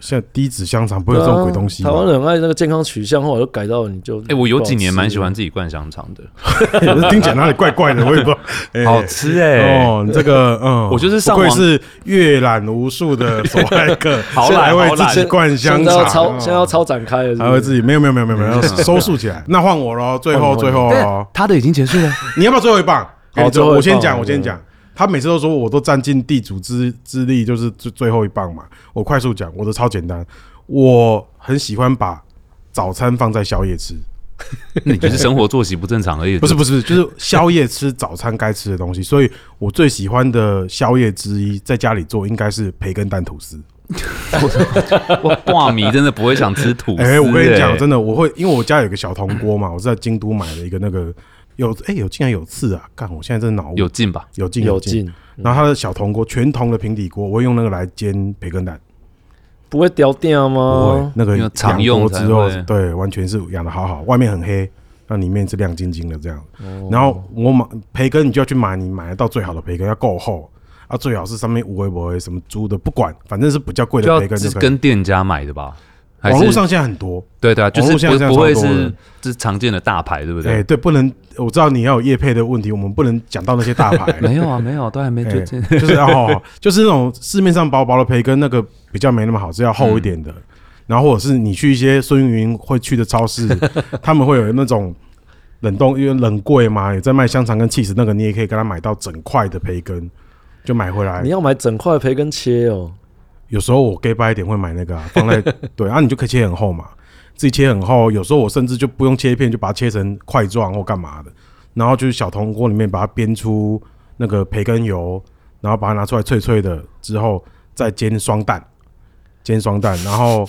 像低脂香肠不会有这种鬼东西吧
台？湾人很爱那个健康取向，后来就改到你就
哎，我有几年蛮喜欢自己灌香肠的，
听起来哪里怪怪的，我也 不知道。哎
好吃哎，
哦，你这个嗯，
我就是上
不
网
愧是阅览无数的手爱客，
好懒
还
好
会自
懒
己灌香
现在要超
肠，
现在要超展开了是不是，
还啊会自己没有没有没有没有 没有收束起来。那换我喽，最后最后
但
啊
咯，
他的已经结束 了，
你要不要最后一棒？哎
好哦最后一棒
我先讲，
我
我先讲。他每次都说我都占尽地主之之力，就是最最后一棒嘛。我快速讲，我的超简单。我很喜欢把早餐放在宵夜吃，
你就是生活作息不正常而已。
不是不是，不是就是宵夜吃早餐该吃的东西。所以我最喜欢的宵夜之一，在家里做应该是培根蛋吐司。
哇，挂迷真的不会想吃吐司。
哎、我跟你讲，
欸
哎
真的，我会因为我家有个小铜锅嘛，我是在京都买了一个那个有哎、有竟然有刺啊！干，我现在真的脑雾
有劲吧？
有进
有
进，
劲，
然后它的小铜锅全铜的平底锅，我会用那个来煎培根蛋，
不会掉掉
不会
吗？
那个
因为常
养
用
过
才
之后
会，
对，完全是养的好好，外面很黑，那里面是亮晶晶的这样。然后我买培根，你就要去买你买得到最好的培根，要够厚。啊，最好是上面无微不微什么猪的，不管，反正是比较贵
就
的
要
培根
是
就可以。
跟店家买的吧？还是
网络上现在很多，
对对啊，就
网
是
络现在这
不
样
不会
超多
是
的
这常见的大牌，对不
哎，
对？
对，不能，我知道你要有业配的问题，我们不能讲到那些大 牌，
没有啊，没有，都还没
哎
就 这。
就是哦，就是那种市面上薄薄的培根，那个比较没那么好，是要厚一点的。然后或者是你去一些孙云会去的超市，他们会有那种冷冻，因为冷柜嘛，有在卖香肠跟 cheese，那个你也可以跟他买到整块的培根，就买回来
你。要买整块培根切哦，
有时候我 gay 掰一点会买那个、啊、放在对啊，你就可以切很厚嘛，自己切很厚。有时候我甚至就不用切片，就把它切成块状或干嘛的，然后就是小铜锅里面把它煸出那个培根油，然后把它拿出来脆脆的之后，再煎双蛋，煎双蛋，然后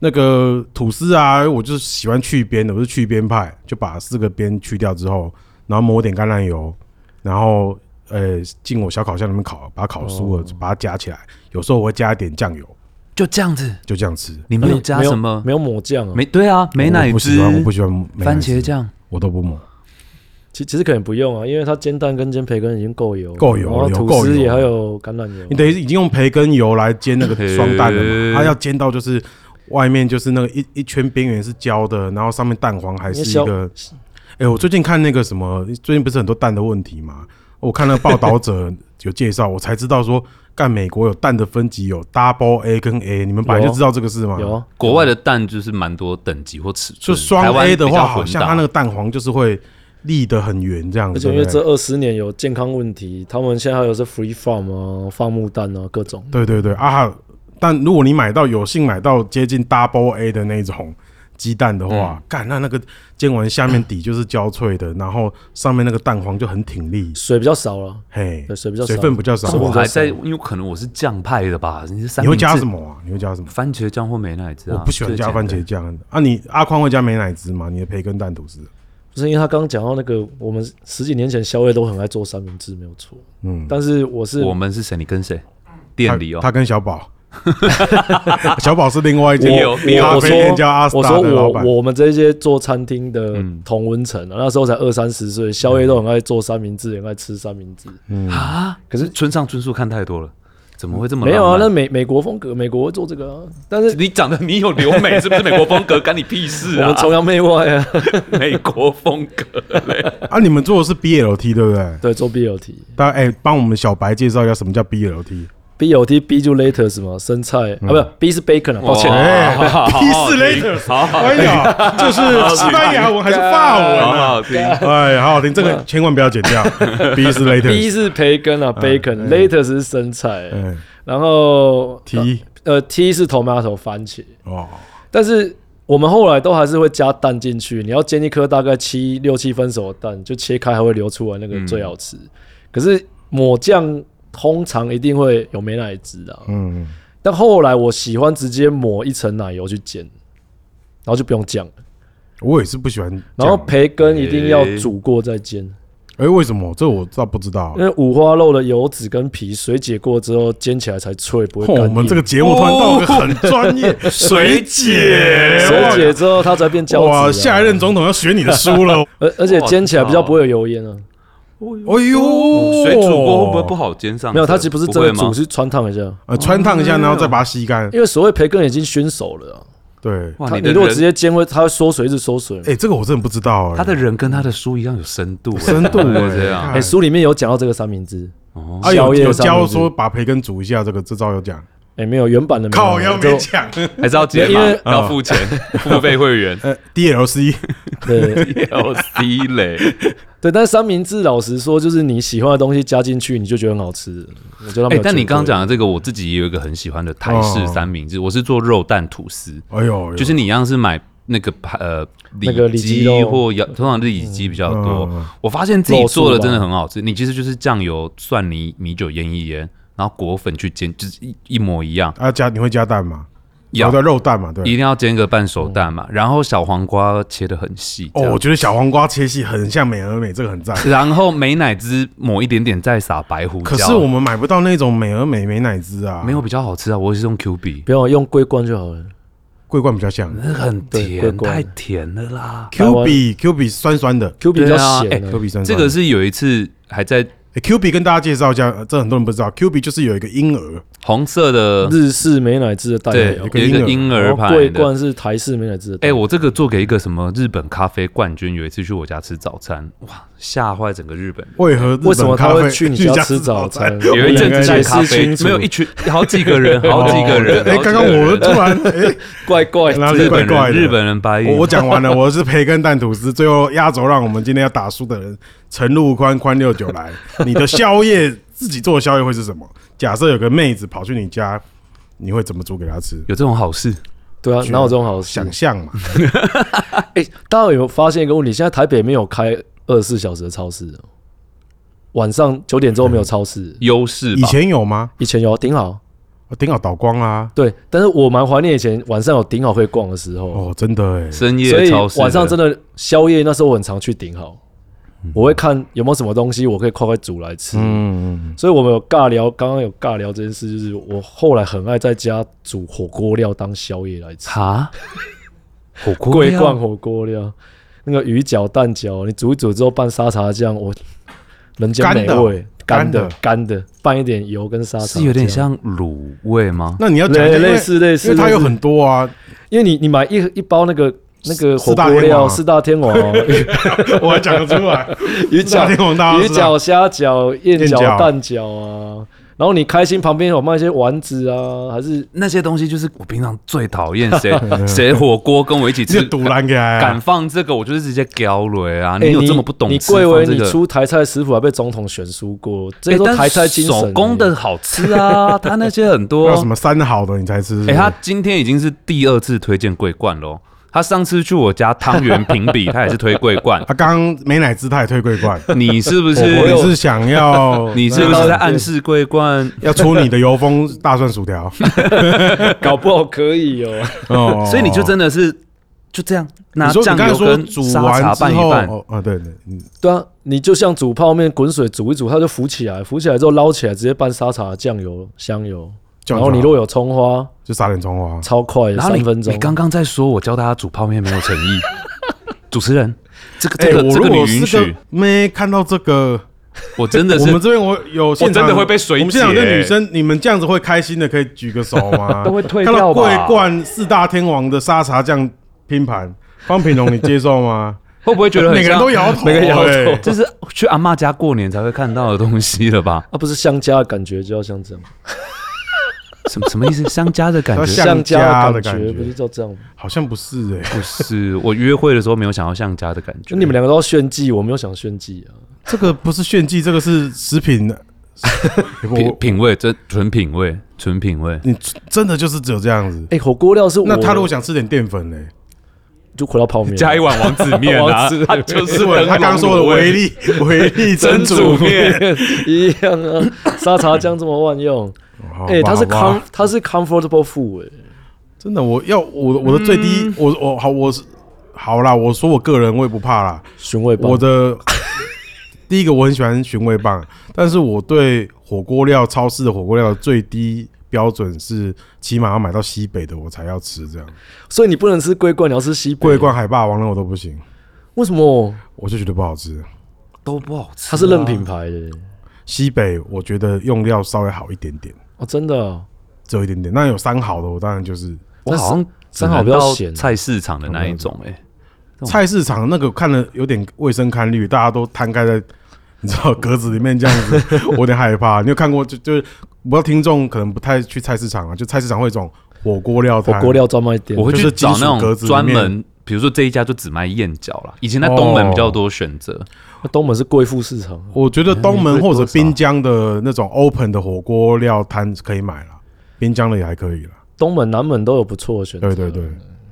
那个吐司啊，我就是喜欢去边的，我是去边派，就把四个边去掉之后，然后抹点橄榄油，然后呃进我小烤箱里面烤，把它烤酥了，把它夹起来。有时候我会加一点酱油，
就这样子，
就这样吃。
你没有加什么？
没有抹酱啊，
没对啊，美
我
乃
不喜
滋、
欢，我不喜欢美乃滋
番茄，酱，
我都不抹。
其其实可能不用啊，因为它煎蛋跟煎培根已经够油了，
够油
然后
有
吐
够
司
油
也还有橄榄
你
油，啊
等于是已经用培根油来煎那个
嘿
双蛋了嘛？它要煎到就是外面就是那个一一圈边缘是焦的，然后上面蛋黄还是一个。哎、我最近看那个什么，最近不是很多蛋的问题嘛？我看那个报道者有介绍，我才知道说，干美国有蛋的分级有 double A 跟 A，你们本来
有
就知道这个事吗？
有啊
国外的蛋就是蛮多等级或尺
就
寸，台
双
湾
A 的
比较
话，好
混
像
搭
它那个蛋黄就是会立得很圆这样
而
子。
且因为这
对不
二十年有健康问题，他们现在还有是 free farm 啊、放牧蛋啊各种。
对对对对啊！还有但如果你买到有幸买到接近 double A 的那种鸡蛋的话，
嗯
干、那那个煎完下面底就是焦脆的，然后上面那个蛋黄就很挺立，
水比较少了，
嘿
对，水比较少
水分比较少啊
是。
我
比较
还在，
少
因为可能我是酱派的吧，你是三
你会
明
加
治
什？么啊？你会加什么？
番茄酱或美乃滋啊？
我不喜欢
最
加
简
番
单
茄酱啊！你阿宽会加美乃滋吗？你的培根蛋吐司，
就是因为他刚刚讲到那个，我们十几年前宵夜都很爱做三明治，没有错。
嗯，
但是我是
我们是谁？你跟谁？店里哦
他，他跟小宝， 小宝是另外一间
你有你有
咖
我
啡
说
店叫阿斯
我
达
说
的老板。
我我们这些做餐厅的同温层啊，那时候才二三十岁，宵夜都很爱做三明治，很爱吃三明治。
嗯
啊，可是村上春树看太多了，怎么会这么
没有啊，
浪
那
漫
美美国风格，美国会做这个啊。但是
你长得你有留美是不是美国风格？干你屁事
我
啊
们！崇洋媚外啊，
美国风格，
啊，你们做的是 BLT 对不对？
对，做 BLT。
大家哎，帮、我们小白介绍一下什么叫 BLT。
B L T B 就 lettuce 嘛，生菜、啊，不是 B 是 bacon 啊，抱歉，
嗯哎
屁
屁事 later
好好
哎
听，
呀，这是西班牙文还是法文
好
啊？
好听，
哎，好好听，这个千万不要剪掉。B 是
B
later，
是培根啊，bacon，lettuce
哎
是生菜，
嗯
然后
，T
呃 T 是 tomato 番茄，
哦，
但是我们后来都还是会加蛋进去。你要煎一颗大概七六七分熟的蛋，就切开还会流出来，那个最好吃。
嗯
可是抹酱通常一定会有美奶汁的，
嗯，
但后来我喜欢直接抹一层奶油去煎，然后就不用酱了，
我也是不喜欢这
然后
样。
培根一定要煮过再煎。
哎，为什么？这我倒不知道
因。为五花肉的油脂跟皮水解过之后，煎起来才脆，不会
哦
干硬。
我们这个节目突然到了一个很专业，水姐，
水解之后，它才变胶质啊。
哇，下一任总统要学你的书了。
而而且煎起来比较不会有油烟啊。
哦呦，
水煮过会不会不好煎上色？
没有，他其实不是真的
会
煮，
吗
是穿烫一下。
呃，穿烫一下，然后再把它吸干。
因为所谓培根已经熏熟了啊，
对，
哇，
它
你的
如果
人
直接煎会，它会缩水，一直缩水。
哎，这个我真的不知道哎。
他的人跟他的书一样有深度，
深度
哎
哎
这样
看
哎，书里面有讲到这个三明治，
啊有
宵夜
有
上面
教
是
说把培根煮一下，这个这招有讲。
哎，没有原版的没
靠，要
有，
没
就
讲。
还是要哦解
因
码
为，
要付 钱，付费会 员
呃，DLC
对
DLC 嘞。
对，但是三明治老实说，就是你喜欢的东西加进去，你就觉得很好吃。我觉得它没
哎
有，
但你
绝对
刚刚讲的这个，我自己也有一个很喜欢的台式
哦
三明治，我是做肉蛋吐司，
哎呦，哎呦
就是你一样是买那个呃里
那个里脊
脊
肉
或羊，通常是里脊比较多
嗯嗯嗯。
我发现自己
肉
做的
素吧
真的很好吃，你其实就是酱油、蒜泥、米酒腌一腌，然后果粉去煎，就是一一模一样。
啊加你会加蛋吗？
要
有的肉蛋嘛，对。
一定要煎个半熟蛋嘛，然后小黄瓜切的很细，这
哦，
样
我觉得小黄瓜切细很像美而美，这个很赞。
然后美乃滋抹一点点，再撒白胡椒。
可是我们买不到那种美而美美乃滋啊，
没有比较好吃啊，我是用 Q 币，
不要用桂冠就好了。
桂冠比较像
那很
对怪
甜，
怪的
太甜了啦。
，Q 比 Q 比酸酸的
Q 比
对
较
啊
咸
，Q
的，
比酸酸的。
这个是有一次还在
欸 Q 比跟大家介绍一下，呃这很多人不知道，Q 比就是有一个婴儿，
红色的，
日式美乃滋的代
对，
有
表
一，个
有一个婴
婴哦
儿
然后
牌
桂
的。
冠是台式美乃滋的代
哎，
表。
我这个做给一个什么日本咖啡冠军，有一次去我家吃早餐，哇，吓坏整个日本人。
为何日本
为什么他
咖啡
会去你家吃 早餐？
我
有一阵
们两
子
个
解
在
人
咖
释
啡
清，楚，
没有一群好几个人，好几个人。
哎，
好几个
刚刚我
人
们突然， 哎，
怪怪
哪里
日本
怪怪
人，
的
日本人白
我
眼
我。讲完了，我是培根蛋吐司，最后压轴让我们今天要打输的人陈陆宽宽六九来，你的宵夜自己做的宵夜会是什么？假设有个妹子跑去你家，你会怎么煮给她吃？
有这种好事，
对啊，哪有这种好事
想？象嘛，
哎，大家有没有发现一个问题？现在台北没有开二十四小时的超市哦，晚上九点之后没有超市，
优势
以
吧？
前有吗？
以前有顶好。
啊顶好倒光啦，
对，但是我蛮怀念以前晚上有顶好可以逛的时候，
哦，真的哎，
深
所
夜
以
超市
晚上
的
真的宵夜那时候我很常去顶好，
嗯
我会看有没有什么东西我可以快快煮来吃。
嗯，
所以我们有尬聊，刚刚有尬聊这件事，就是我后来很爱在家煮火锅料当宵夜来吃，
哈，火锅
桂
料
冠火锅料，那个鱼饺、蛋饺，你煮一煮之后拌沙茶酱，我人间美味，干
干
的
的
干的，拌一点油跟沙茶，
是有点，像卤味吗？
那你要讲一下
类类，似类
因为
似，
因为它有
类似
很多啊，
因为你你买一一包那个那个火
四大
锅
天王
料
啊
四大天王哦，
我还讲得出来，
鱼鱼
夏天
饺、
王大
鱼饺、虾饺、燕
燕
饺、
饺
蛋饺啊，然后你开心旁边有卖一些丸子啊，还是
那些东西就是我平常最讨厌 谁
嗯
谁火锅跟我一起
这
吃，
堵拦给来
敢
啊，
放这个，我就是直接叼了啊！
哎
你有这么不懂
你
吃
贵为
放这
你
个？
出台菜师傅还被总统选输过，这
哎
都
但
台菜精神、哎
手工的，好吃啊，他那些很
要
多
什。么三好的你才吃，
哎，他今天已经是第二次推荐桂冠喽。他上次去我家汤圆评比，他也是推桂 冠。
他刚刚美乃滋他也退桂冠，
你是不
我
是
你？是想要
你是不是在暗示桂冠？
要出你的油封大蒜薯条？
欸搞不好可以哦。
哦，
所以你就真的是就这样拿
你说
酱
你刚才
油
说
跟
煮
沙茶
完之
拌一
后，
拌，
哦，啊对对，嗯
对啊，你就像煮泡面，滚水煮一煮，它就浮起来，浮起来之后捞起来，直接拌沙茶、酱油、香油，
酱
然
油
后你如果有葱花，
就撒点葱花，
超快的，
然后
三
你
分钟
你。刚刚在说我教大家煮泡面没有 诚意，主持人，这个
哎，
这个、
我
这
如
个你
果是
允许
个，妹看到这个，
我真的
我们
是
这边我有现场
真的会被水
我们现场的
解
女生，你们这样子会开心的，可以举个手吗？
都会退
看
掉
到
吧
桂冠四大天王的沙茶酱拼盘，方品龙，你接受吗？
会不会觉得很
每个人
像
都摇头，
每个人摇头
哎
这是去阿嬷家过年才会看到的东西了吧？
啊，不是香家的感觉，就要像这样，
什么什么意思？相加的感
要
觉
像
香家
家的感
觉
觉
不是就这样吗？
好像不是哎，
不是我约会的时候没有想要相加的感觉。
就你们两个都要炫技，我没有想炫技啊。
这个不是炫技，这个是食品。
品
我
品味，这纯品味，纯品味。
你真的就是只有这样子。
哎、火锅料是我，
那他如果想吃点淀粉哎呢？
就回到泡面，
加一碗 王子面啊
王子，面
他就
就是是我他刚刚说的
威
维
力
力 维力
蒸
蒸
煮
煮
面。
一样啊，沙茶酱这么万用。哎、
哎
它是
康
com 它是 comfortable food 哎、
真的，我要我我的最
嗯
低，我我好我是好啦，我说我个人我也不怕啦，
寻味棒。
我的第一个我很喜欢寻味棒，但是我对火锅料超市的火锅料的最低标准是起码要买到西北的我才要吃，这样
所以你不能吃桂冠，你要吃西北
桂冠海霸王那我都不行，
为什么？
我就觉得不好吃。
都不好吃、啊。
它是认品牌的
西北我觉得用料稍微好一点点，
哦，真的哦。
只有一点点。那有三好的，我当然就是
我好像只
三好
能
比较
到
咸
菜市场的那一
哦
种哎、
菜市场那个看了有点卫生堪虑，大家都摊开在你知道格子里面这样子， 我有点害怕。你有看过就就是，我不知道听众可能不太去菜市场啊，就菜市场会有一种火锅料摊，
火锅料专卖店
我，会
就
去
是
找
金属
那
格
种
子里
专
面
门，比如说这一家就只卖燕饺啦。以前在东门比较多选择，
哦
那东门是贵妇市场，
我觉得东门或者滨江的嗯那种 open 的火锅料摊可以买了，滨江的也还可以了。
东门、南门都有不错的选择。
对对对，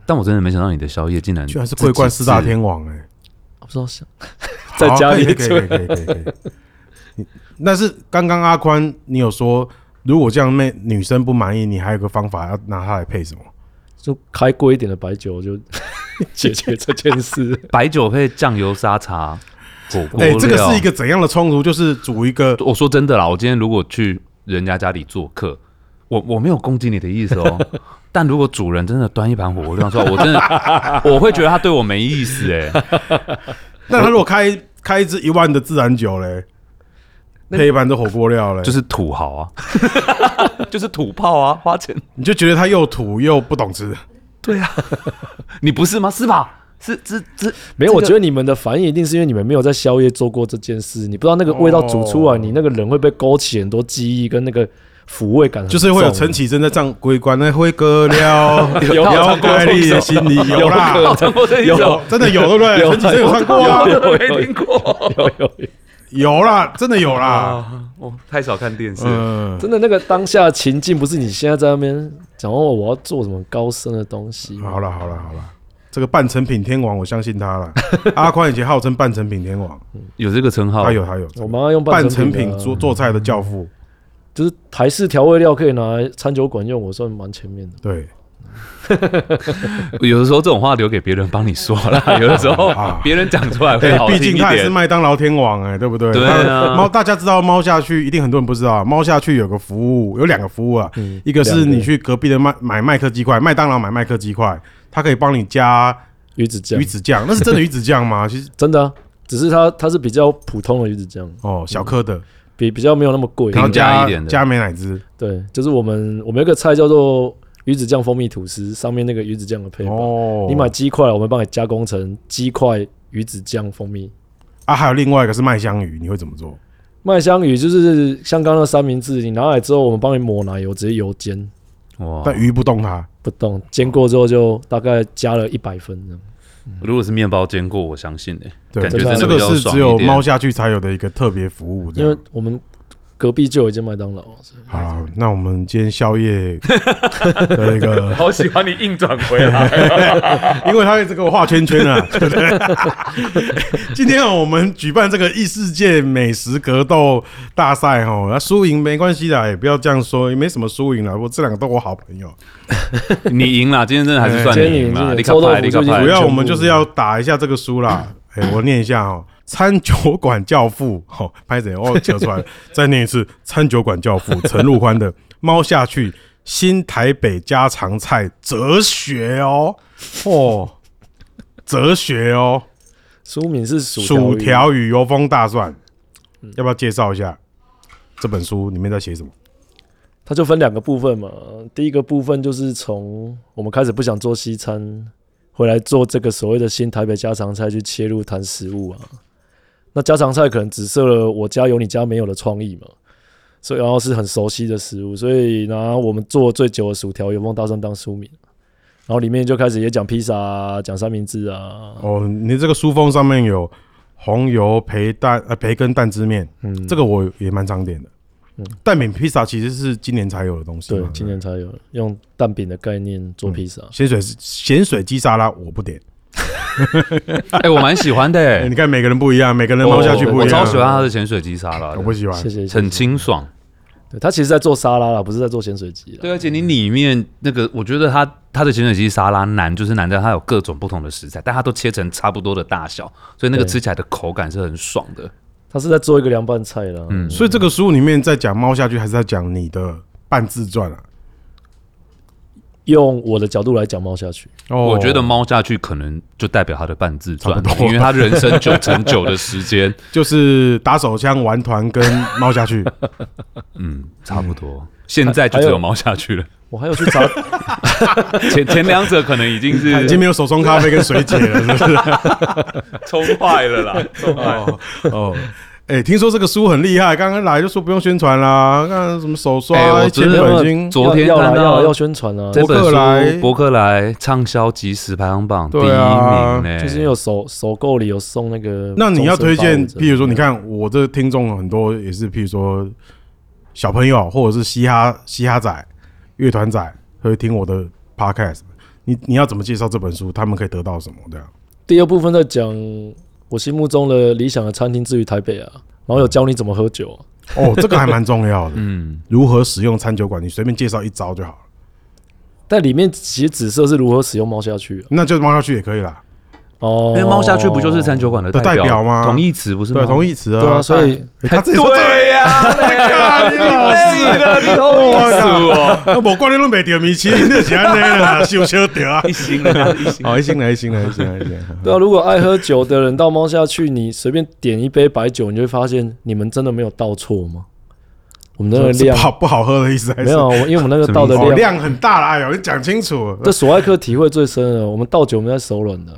但我真的没想到你的宵夜竟然
居然是桂冠四大天王哎、
我不知道想
好
在家里
可以可以可以可以可以。可以但是刚刚阿宽，你有说如果这样妹女生不满意，你还有个方法要拿它来配什么？
就开贵一点的白酒就 解决这件 事。
白酒配酱油沙茶火锅
哎、
料。
这个是一个怎样的冲突？就是煮一个
我说真的啦，我今天如果去人家家里做客，我我没有攻击你的意思 哦。但如果主人真的端一盘火锅料出来，我 真的我会觉得他对我没意思哎、
那他如果开开一支一万的自然酒嘞，配一盘的火锅料嘞，就
就是是土豪啊， 就是土炮啊，花钱。
你就觉得他又土又不懂吃。
对啊， 你不是吗？是吧？是是是，
没有，我
这
觉
个
得你们的反应一定是因为你们没有在宵夜做过这件事，你不知道那个味道煮出来，
哦
你那个人会被勾起很多记忆跟那个抚慰感很重，
就是会有陈绮贞在唱鬼关那会割了
有
妖怪你的心里有啦，
有唱过这一首，
真的有对不对？
有
陈绮贞有唱过啊，
我没听过。
有有有
有啦，真的有啦。
啊，我太少看电视了。
嗯，
真的那个当下的情境，不是你现在在那边讲哦，我要做什么高深的东西。
好了好了好了，这个半成品天王我相信他了。阿宽以前号称半成品天王，
有这个称号
他，有他有。
我妈用
半
成
成
品
品
啊
做做菜的教父，
就是台式调味料可以拿来餐酒馆用，我算蛮前面的。
对，
有的时候这种话留给别人帮你说了， 有的时候别人讲出来会
哎，
好
毕
听
竟
一
他也是
点。
麦当劳天王哎，对不对？
对啊
他猫大家知道猫下去，一定很多人不知道，猫下去有个服务，有两个服务啊，
嗯，
一个是
两
你去隔壁的麦买麦克鸡块，麦当劳买麦克鸡块，它可以帮你加
鱼子酱
鱼，子酱，那是真的鱼子酱 吗？其实
真的啊，只是它它是比较普通的鱼子酱，
哦，小颗的，
比比较没有那么贵。
然后
嗯平价
加
一点的
加美乃滋，
对，就是我们我们有一个菜叫做鱼子酱蜂蜜吐司，上面那个鱼子酱的配方。
哦，
你买鸡块，我们帮你加工成鸡块、鱼子酱、蜂蜜。
啊，还有另外一个是麦香鱼，你会怎么做？
麦香鱼就是像刚刚的三明治，你拿来之后，我们帮你抹奶油，直接油煎
哇
但鱼不动它，
不动，煎过之后就大概加了一百分这样。
如果是面包煎过，我相信欸诶，
对，
感
这
觉
真
个这
的
比
个
较
是
爽
只有
一点
猫下去才有的一个特别服务，这
因为
样。
我们隔壁就有一间麦当劳，所以
好，那我们今天宵夜的一个，
好喜欢你硬转回来。
因为他一直给我画圈圈啊， 对不对？ 今天啊我们举办这个异世界美食格斗大赛哦，那输赢没关系的，也不要这样说，也没什么输赢了。我这两个都我好朋友，
你赢了，今哎天真的还是算你
今
赢了，
天
立
你
刻
臭豆
拍，
腐
立
就已
刻
经
拍
主
全。
要
部
我们就是要打一下这个书啦。哎、我念一下哦，餐酒馆教父，哦，拍谁？哦，扯出来了，再念一次，餐酒馆教父陈陆宽的《 猫下去》新台北家常菜哲学哦，哦，哲学哦，
书名是
薯
薯鱼
条与油封大蒜，要不要介绍一下这本书里面在写什么？
它就分两个部分嘛。第一个部分就是从我们开始不想做西餐，回来做这个所谓的新台北家常菜去切入谈食物啊。那家常菜可能只设了我家有你家没有的创意嘛，所以然后是很熟悉的食物，所以拿我们做最久的薯条油梦大蒜当书名，然后里面就开始也讲披萨、啊，讲三明治啊，
哦，你这个书封上面有红油培蛋呃培根蛋汁面，
嗯，
这个我也蛮常点的。
嗯
蛋饼披萨其实是今年才有的东西
对
嘛，，
今年才有用蛋饼的概念做披
嗯
萨，
咸水咸水鸡沙拉我不点。
哎，我蛮喜欢 的
哎，
诶，
你看每个人不一样，每个人
我
猫下去不
我
一样。
超喜欢他的咸水鸡沙拉
我不
的，
喜欢
谢。谢，谢谢
很清爽。
对他其实在做沙拉啦，不是在做咸水鸡啦。
对，而且你里面那个，我觉得它它的咸水鸡沙拉难，就是难在它有各种不同的食材，但它都切成差不多的大小，所以那个
对
吃起来的口感是很爽的。
他是在做一个凉拌菜啦。
嗯
所以这个书里面在讲猫下去，还是在讲你的半自传啊？
用我的角度来讲猫下去，
哦
我觉得猫下去可能就代表他的半自传
差不，多
因为他人生九乘九的 时间，
就是打手枪、玩团跟猫下去。
嗯，差不多。现在就只有猫下去了，
我还有去 查，
前前两者可能已经
已经
是
没有手冲咖啡跟水解了，是 不是？
冲坏 了啦，冲坏了。
哦，哎，听说这个书很厉害，刚刚来就说不用宣传啦，看什么手刷
哎我
一千
真的
本已经，
昨天
要要
看
啦要
到
啦要宣传啊，
这本
伯克莱
书，伯克莱畅销即时排行榜第一
对啊
名呢，，
就是因为有首首购里有送那个，
那你要推荐，譬如说，你，看我这听众很多也是，譬如说小朋友或者是嘻哈嘻哈仔、乐团仔会听我的 podcast，你你要怎么介绍这本书？他们可以得到什么？这样
第二部分在讲我心目中的理想的餐厅，至于台北啊，然后有教你怎么喝酒啊、
哦，这个还蛮重要的
嗯，
如何使用餐酒馆，你随便介绍一招就好了，
但里面其实紫色是如何使用猫下去、啊、
那就猫下去也可以啦。
哦，
因为猫下去不就是餐酒馆的
的代
表
表吗
同义词不是吗？
对，同
义。
义词啊，
对啊，所以
哎他自己说
对呀，
哎干你哎老师
了，你 同
义词
哦，
啊，我怪你拢没掉米奇，你是安尼啦，小小掉啊
一。星了，一星。
好，一星来，一星来，一星来，一星来。
对啊，如果爱喝酒的人到猫下去，你随便点一杯白酒，你就会发现你们真的没有倒错吗？我们那个
是不
量
好不好喝的意思还是
没有，啊我因为我们那个倒的
哦，
量，
量很大啦，哎呦，你讲清楚。
这索爱克体会最深了。我们倒酒我们在手软的，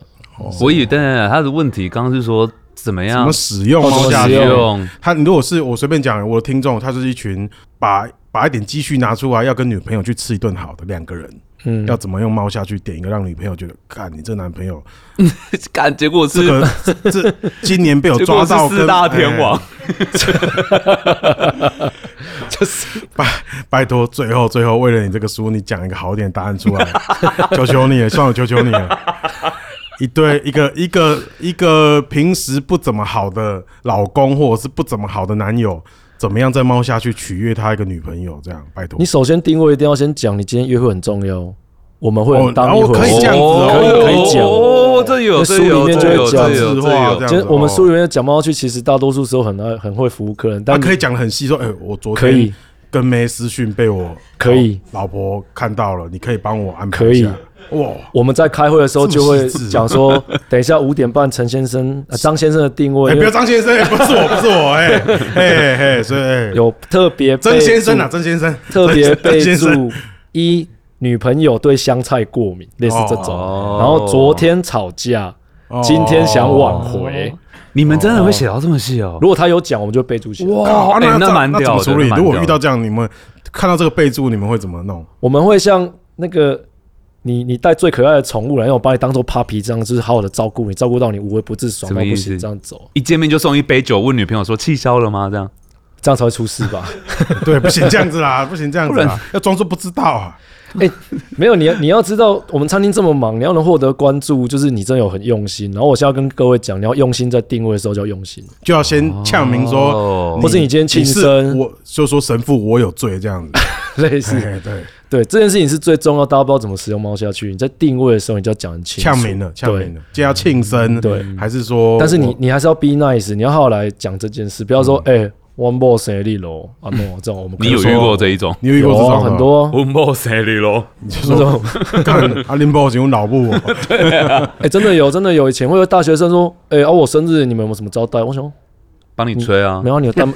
所以，当然他的问题刚刚是说怎么
怎
样
么哦使用猫
怎
下
么
去
使？
用？
他如果是我随便讲，我的听众，他就是一群把把一点积蓄拿出来，要跟女朋友去吃一顿好的两个人，
嗯，
要怎么用猫下去点一个，让女朋友觉得，看你这男朋友，
干，结果
这
是
个这今年被我
结
抓
果是
到
四大
跟
天王，，
哎拜拜托，最后最后为了你这个书，你讲一个好一点的答案 出来，求求你了，算我求求你了。一对一个一个一个平时不怎么好的老公，或者是不怎么好的男友，怎么样再猫下去取悦他一个女朋友？这样，拜托
你。首先定位一定要先讲，你今天约会很重要，我们会
哦
很当一
哦
回
可以
事。
这样子哦
哎可以可以讲
哦，这有
那
这
书里
有
面就
这
会
有
讲
这有
字
这
画
有
这，样
就是我们
哦
书里面讲猫下去，其实大多数时候很爱很会服务客人，
他
但
啊可以讲的很细，说，哎、我昨
可
天
以
跟妹私讯被我
可以
老婆看到了，你可以帮我安排
可以
一下。哇，
我们在开会的时候就
这
会
么细致啊
讲说，等一下五点半陈先生、呃张先生的定
哎、
位，因
不要
为
张先生，哎不是我，不是我，哎、哎哎，所以、哎
有特别
曾
备
先生啊，
注，
曾先生，
特别
曾
备
先生，
注一女朋友对香菜过敏，类似这种。
哦
然后昨天吵架，
哦
今天想挽回，
你们真的会写到这么细哦？
如果他有讲，我们就备注起来。
哇，
哎
那
那
那
蛮
那怎
屌
么
的
处理
那？蛮
如果
屌的
遇到这样，你们看到这个备注，你们会怎么弄？
我们会像那个你你带最可爱的宠物来，让我把你当做 puppy 这样，就是好好的照顾你，照顾到你无微不至，爽
什
到
么意
不
思
行，这样走，
一见面就送一杯酒，问女朋友说气消了吗？这样
这样才会出事 吧？
对，不行这样子 啦，不行这样子
不
啦
然，
要装作不知道啊。
哎、没有，你要你要知道，我们餐厅这么忙，你要能获得关注，就是你真的有很用心。然后我现在要跟各位讲，你要用心在定位的时候就要用 心，
就要先呛明说，
哦
或是你今天庆
你是
生
我就说神父我有罪这样子。
类似
哎对，
对这件事情是最重要。大家不知道怎么使用猫下去，你在定位的时候你就要讲很清楚。
呛明
啊
了，呛
对
明了，今天要庆生，
对，
还是说我？
但是你你还是要 be nice，你要好好来讲这件事，不要说哎、one more 谁立楼啊 no 这种我们可
嗯你
能
有
说
遇过这一种？
你有遇过这
有啊
种的
很， 多 啊
我没谁理咯，
你就说
这种
干啊阿林波请用脑部 哦，
哎、真的有真的有，以前会有大学生说哎、啊我生日你们有没有什么招待？我想
帮你吹啊
没，有啊你有蛋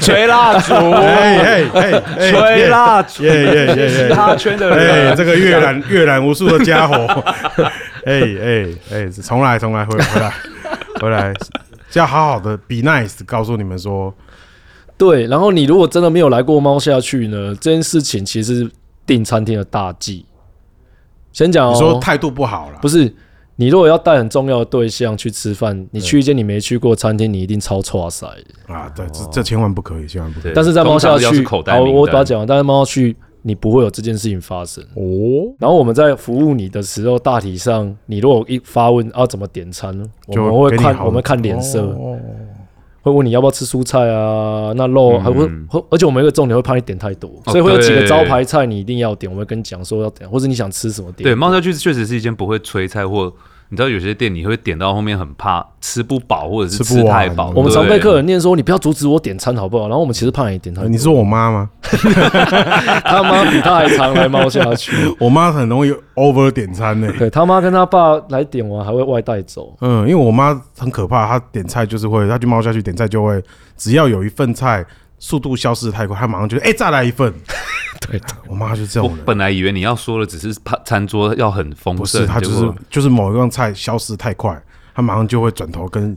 吹蜡烛，
哎哎哎 哎，
吹蜡烛，
耶耶耶耶
嘻哈圈的
哎，
人，
这个阅览阅览无数的家伙，哎哎哎，重来重来，回回 来回来，要好好的 be nice，告诉你们说，
对，然后你如果真的没有来过猫下去呢，这件事情其实是订餐厅的大忌。先讲、哦，
你说态度不好了，
不
是
是你如果要带很重要的对象去吃饭，你去一间你没去过的餐厅，你一定超错塞的。
啊？对，这这千万不可以，千万不可以。
对
但是在猫下
通常要是
去，
口袋
好，
名单
我把它讲完，但是猫下去你不会有这件事情发生。
哦，
然后我们在服务你的时候，大体上你如果一发问啊怎么点餐，我
就
们会
给你
看
好
我们
的
看脸色，
哦
会问你要不要吃蔬菜啊，那肉还会
嗯
会，而且我们有一个重点会怕你点太多，
哦
所以会有几个
对
招牌菜你一定要点，我们会跟你讲说要点，或者你想吃什么点。
对，猫下去确实是一间不会吹菜或你知道有些店你会点到后面很怕吃不饱，或者是
吃不完
太饱。
我们常被
对
客人念说：“你不要阻止我点餐好不好？”然后我们其实怕你 点餐，
呃你是我妈 吗？
他妈比他还常来猫下去。
我妈很容易 over 点餐呢、
对他妈跟他爸来点完还会外带走，
嗯，因为我妈很可怕，她点菜就是会，她就猫下去点菜就会，只要有一份菜速度消失得太快，她马上就哎、再来一份。
对，
我妈就这
我
种人，
本来以为你要说的只是怕餐桌要很丰
不是
盛，
她就
结
是
果
就是某一样菜消失太快，她马上就会转头跟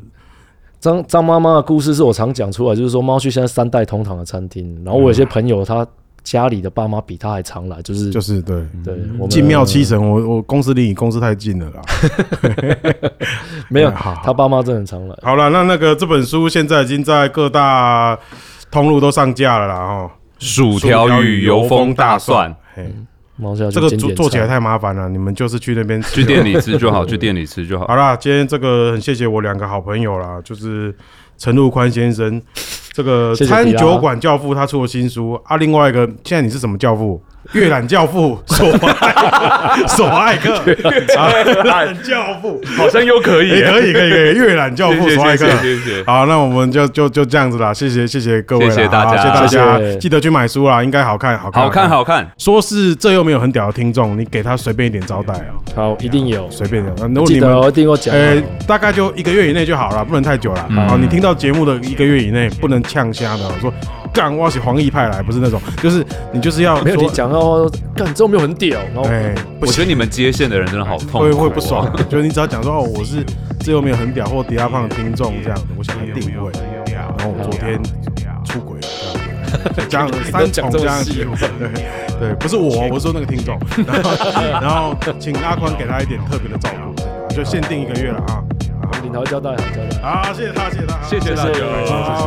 张张妈妈的故事是我常讲出来，就是说猫去现在三代同堂的餐厅，然后我有些朋友他家里的爸妈比他还常来，就是
就是对。
对我们
进庙七神，我我公司离你公司太近了啦。
没有，
哎好好
他爸妈真的很常来。
好了，那那个这本书现在已经在各大通路都上架了啦哦。
薯条与油封大蒜，
嘿，
猫下去
这个
经
做
典
做起来
菜
太麻烦了，你们就是去那边吃
去店里吃就好，去店里吃就好。
好啦，今天这个很谢谢我两个好朋友啦，就是陈陆宽先 生，这个
谢谢
餐
迪拉
酒馆教父他出了新书啊，另外一个现在你是什么教父？阅览教 父索爱索爱克，啊阅览教父，
好像又可
也可以可以哎可以，阅览教
谢
父
谢
索爱
谢
克。
谢谢谢。
好，那我们就就就这样子啦，谢谢谢谢各位啦，
谢谢大家
好谢谢大
谢
家，
谢
记得去买书啦，应该好看好看
好看，好看，
说是这又没有很屌的听众，你给他随便一点招待啊，
好，一定有，
随便一点，那如果
记
你
得
们
哦一定要讲哦。
呃，大概就一个月以内就好了，不能太久了。啊、
嗯
你听到节目的一个月以内，不能呛瞎的哦，说干我是黄奕派来，不是那种，就是你就是要
没有
说
你，讲到干，这种没有很屌，然后
哎、不
我觉
行，
得你们接线的人真的好痛苦哦，
会会不爽， 就是你只要讲说哦，我是这又没有很屌或迪亚胖的听众这样子，我想来定位，然后我昨天出轨了。这样这样三重这样子，对对，不是我，我是说那个听众， 然后然后请阿宽给他一点特别的照顾，就限定一个月了啊，
领头交代好交代。
好，谢谢他，谢谢他，
谢谢大
谢谢
家。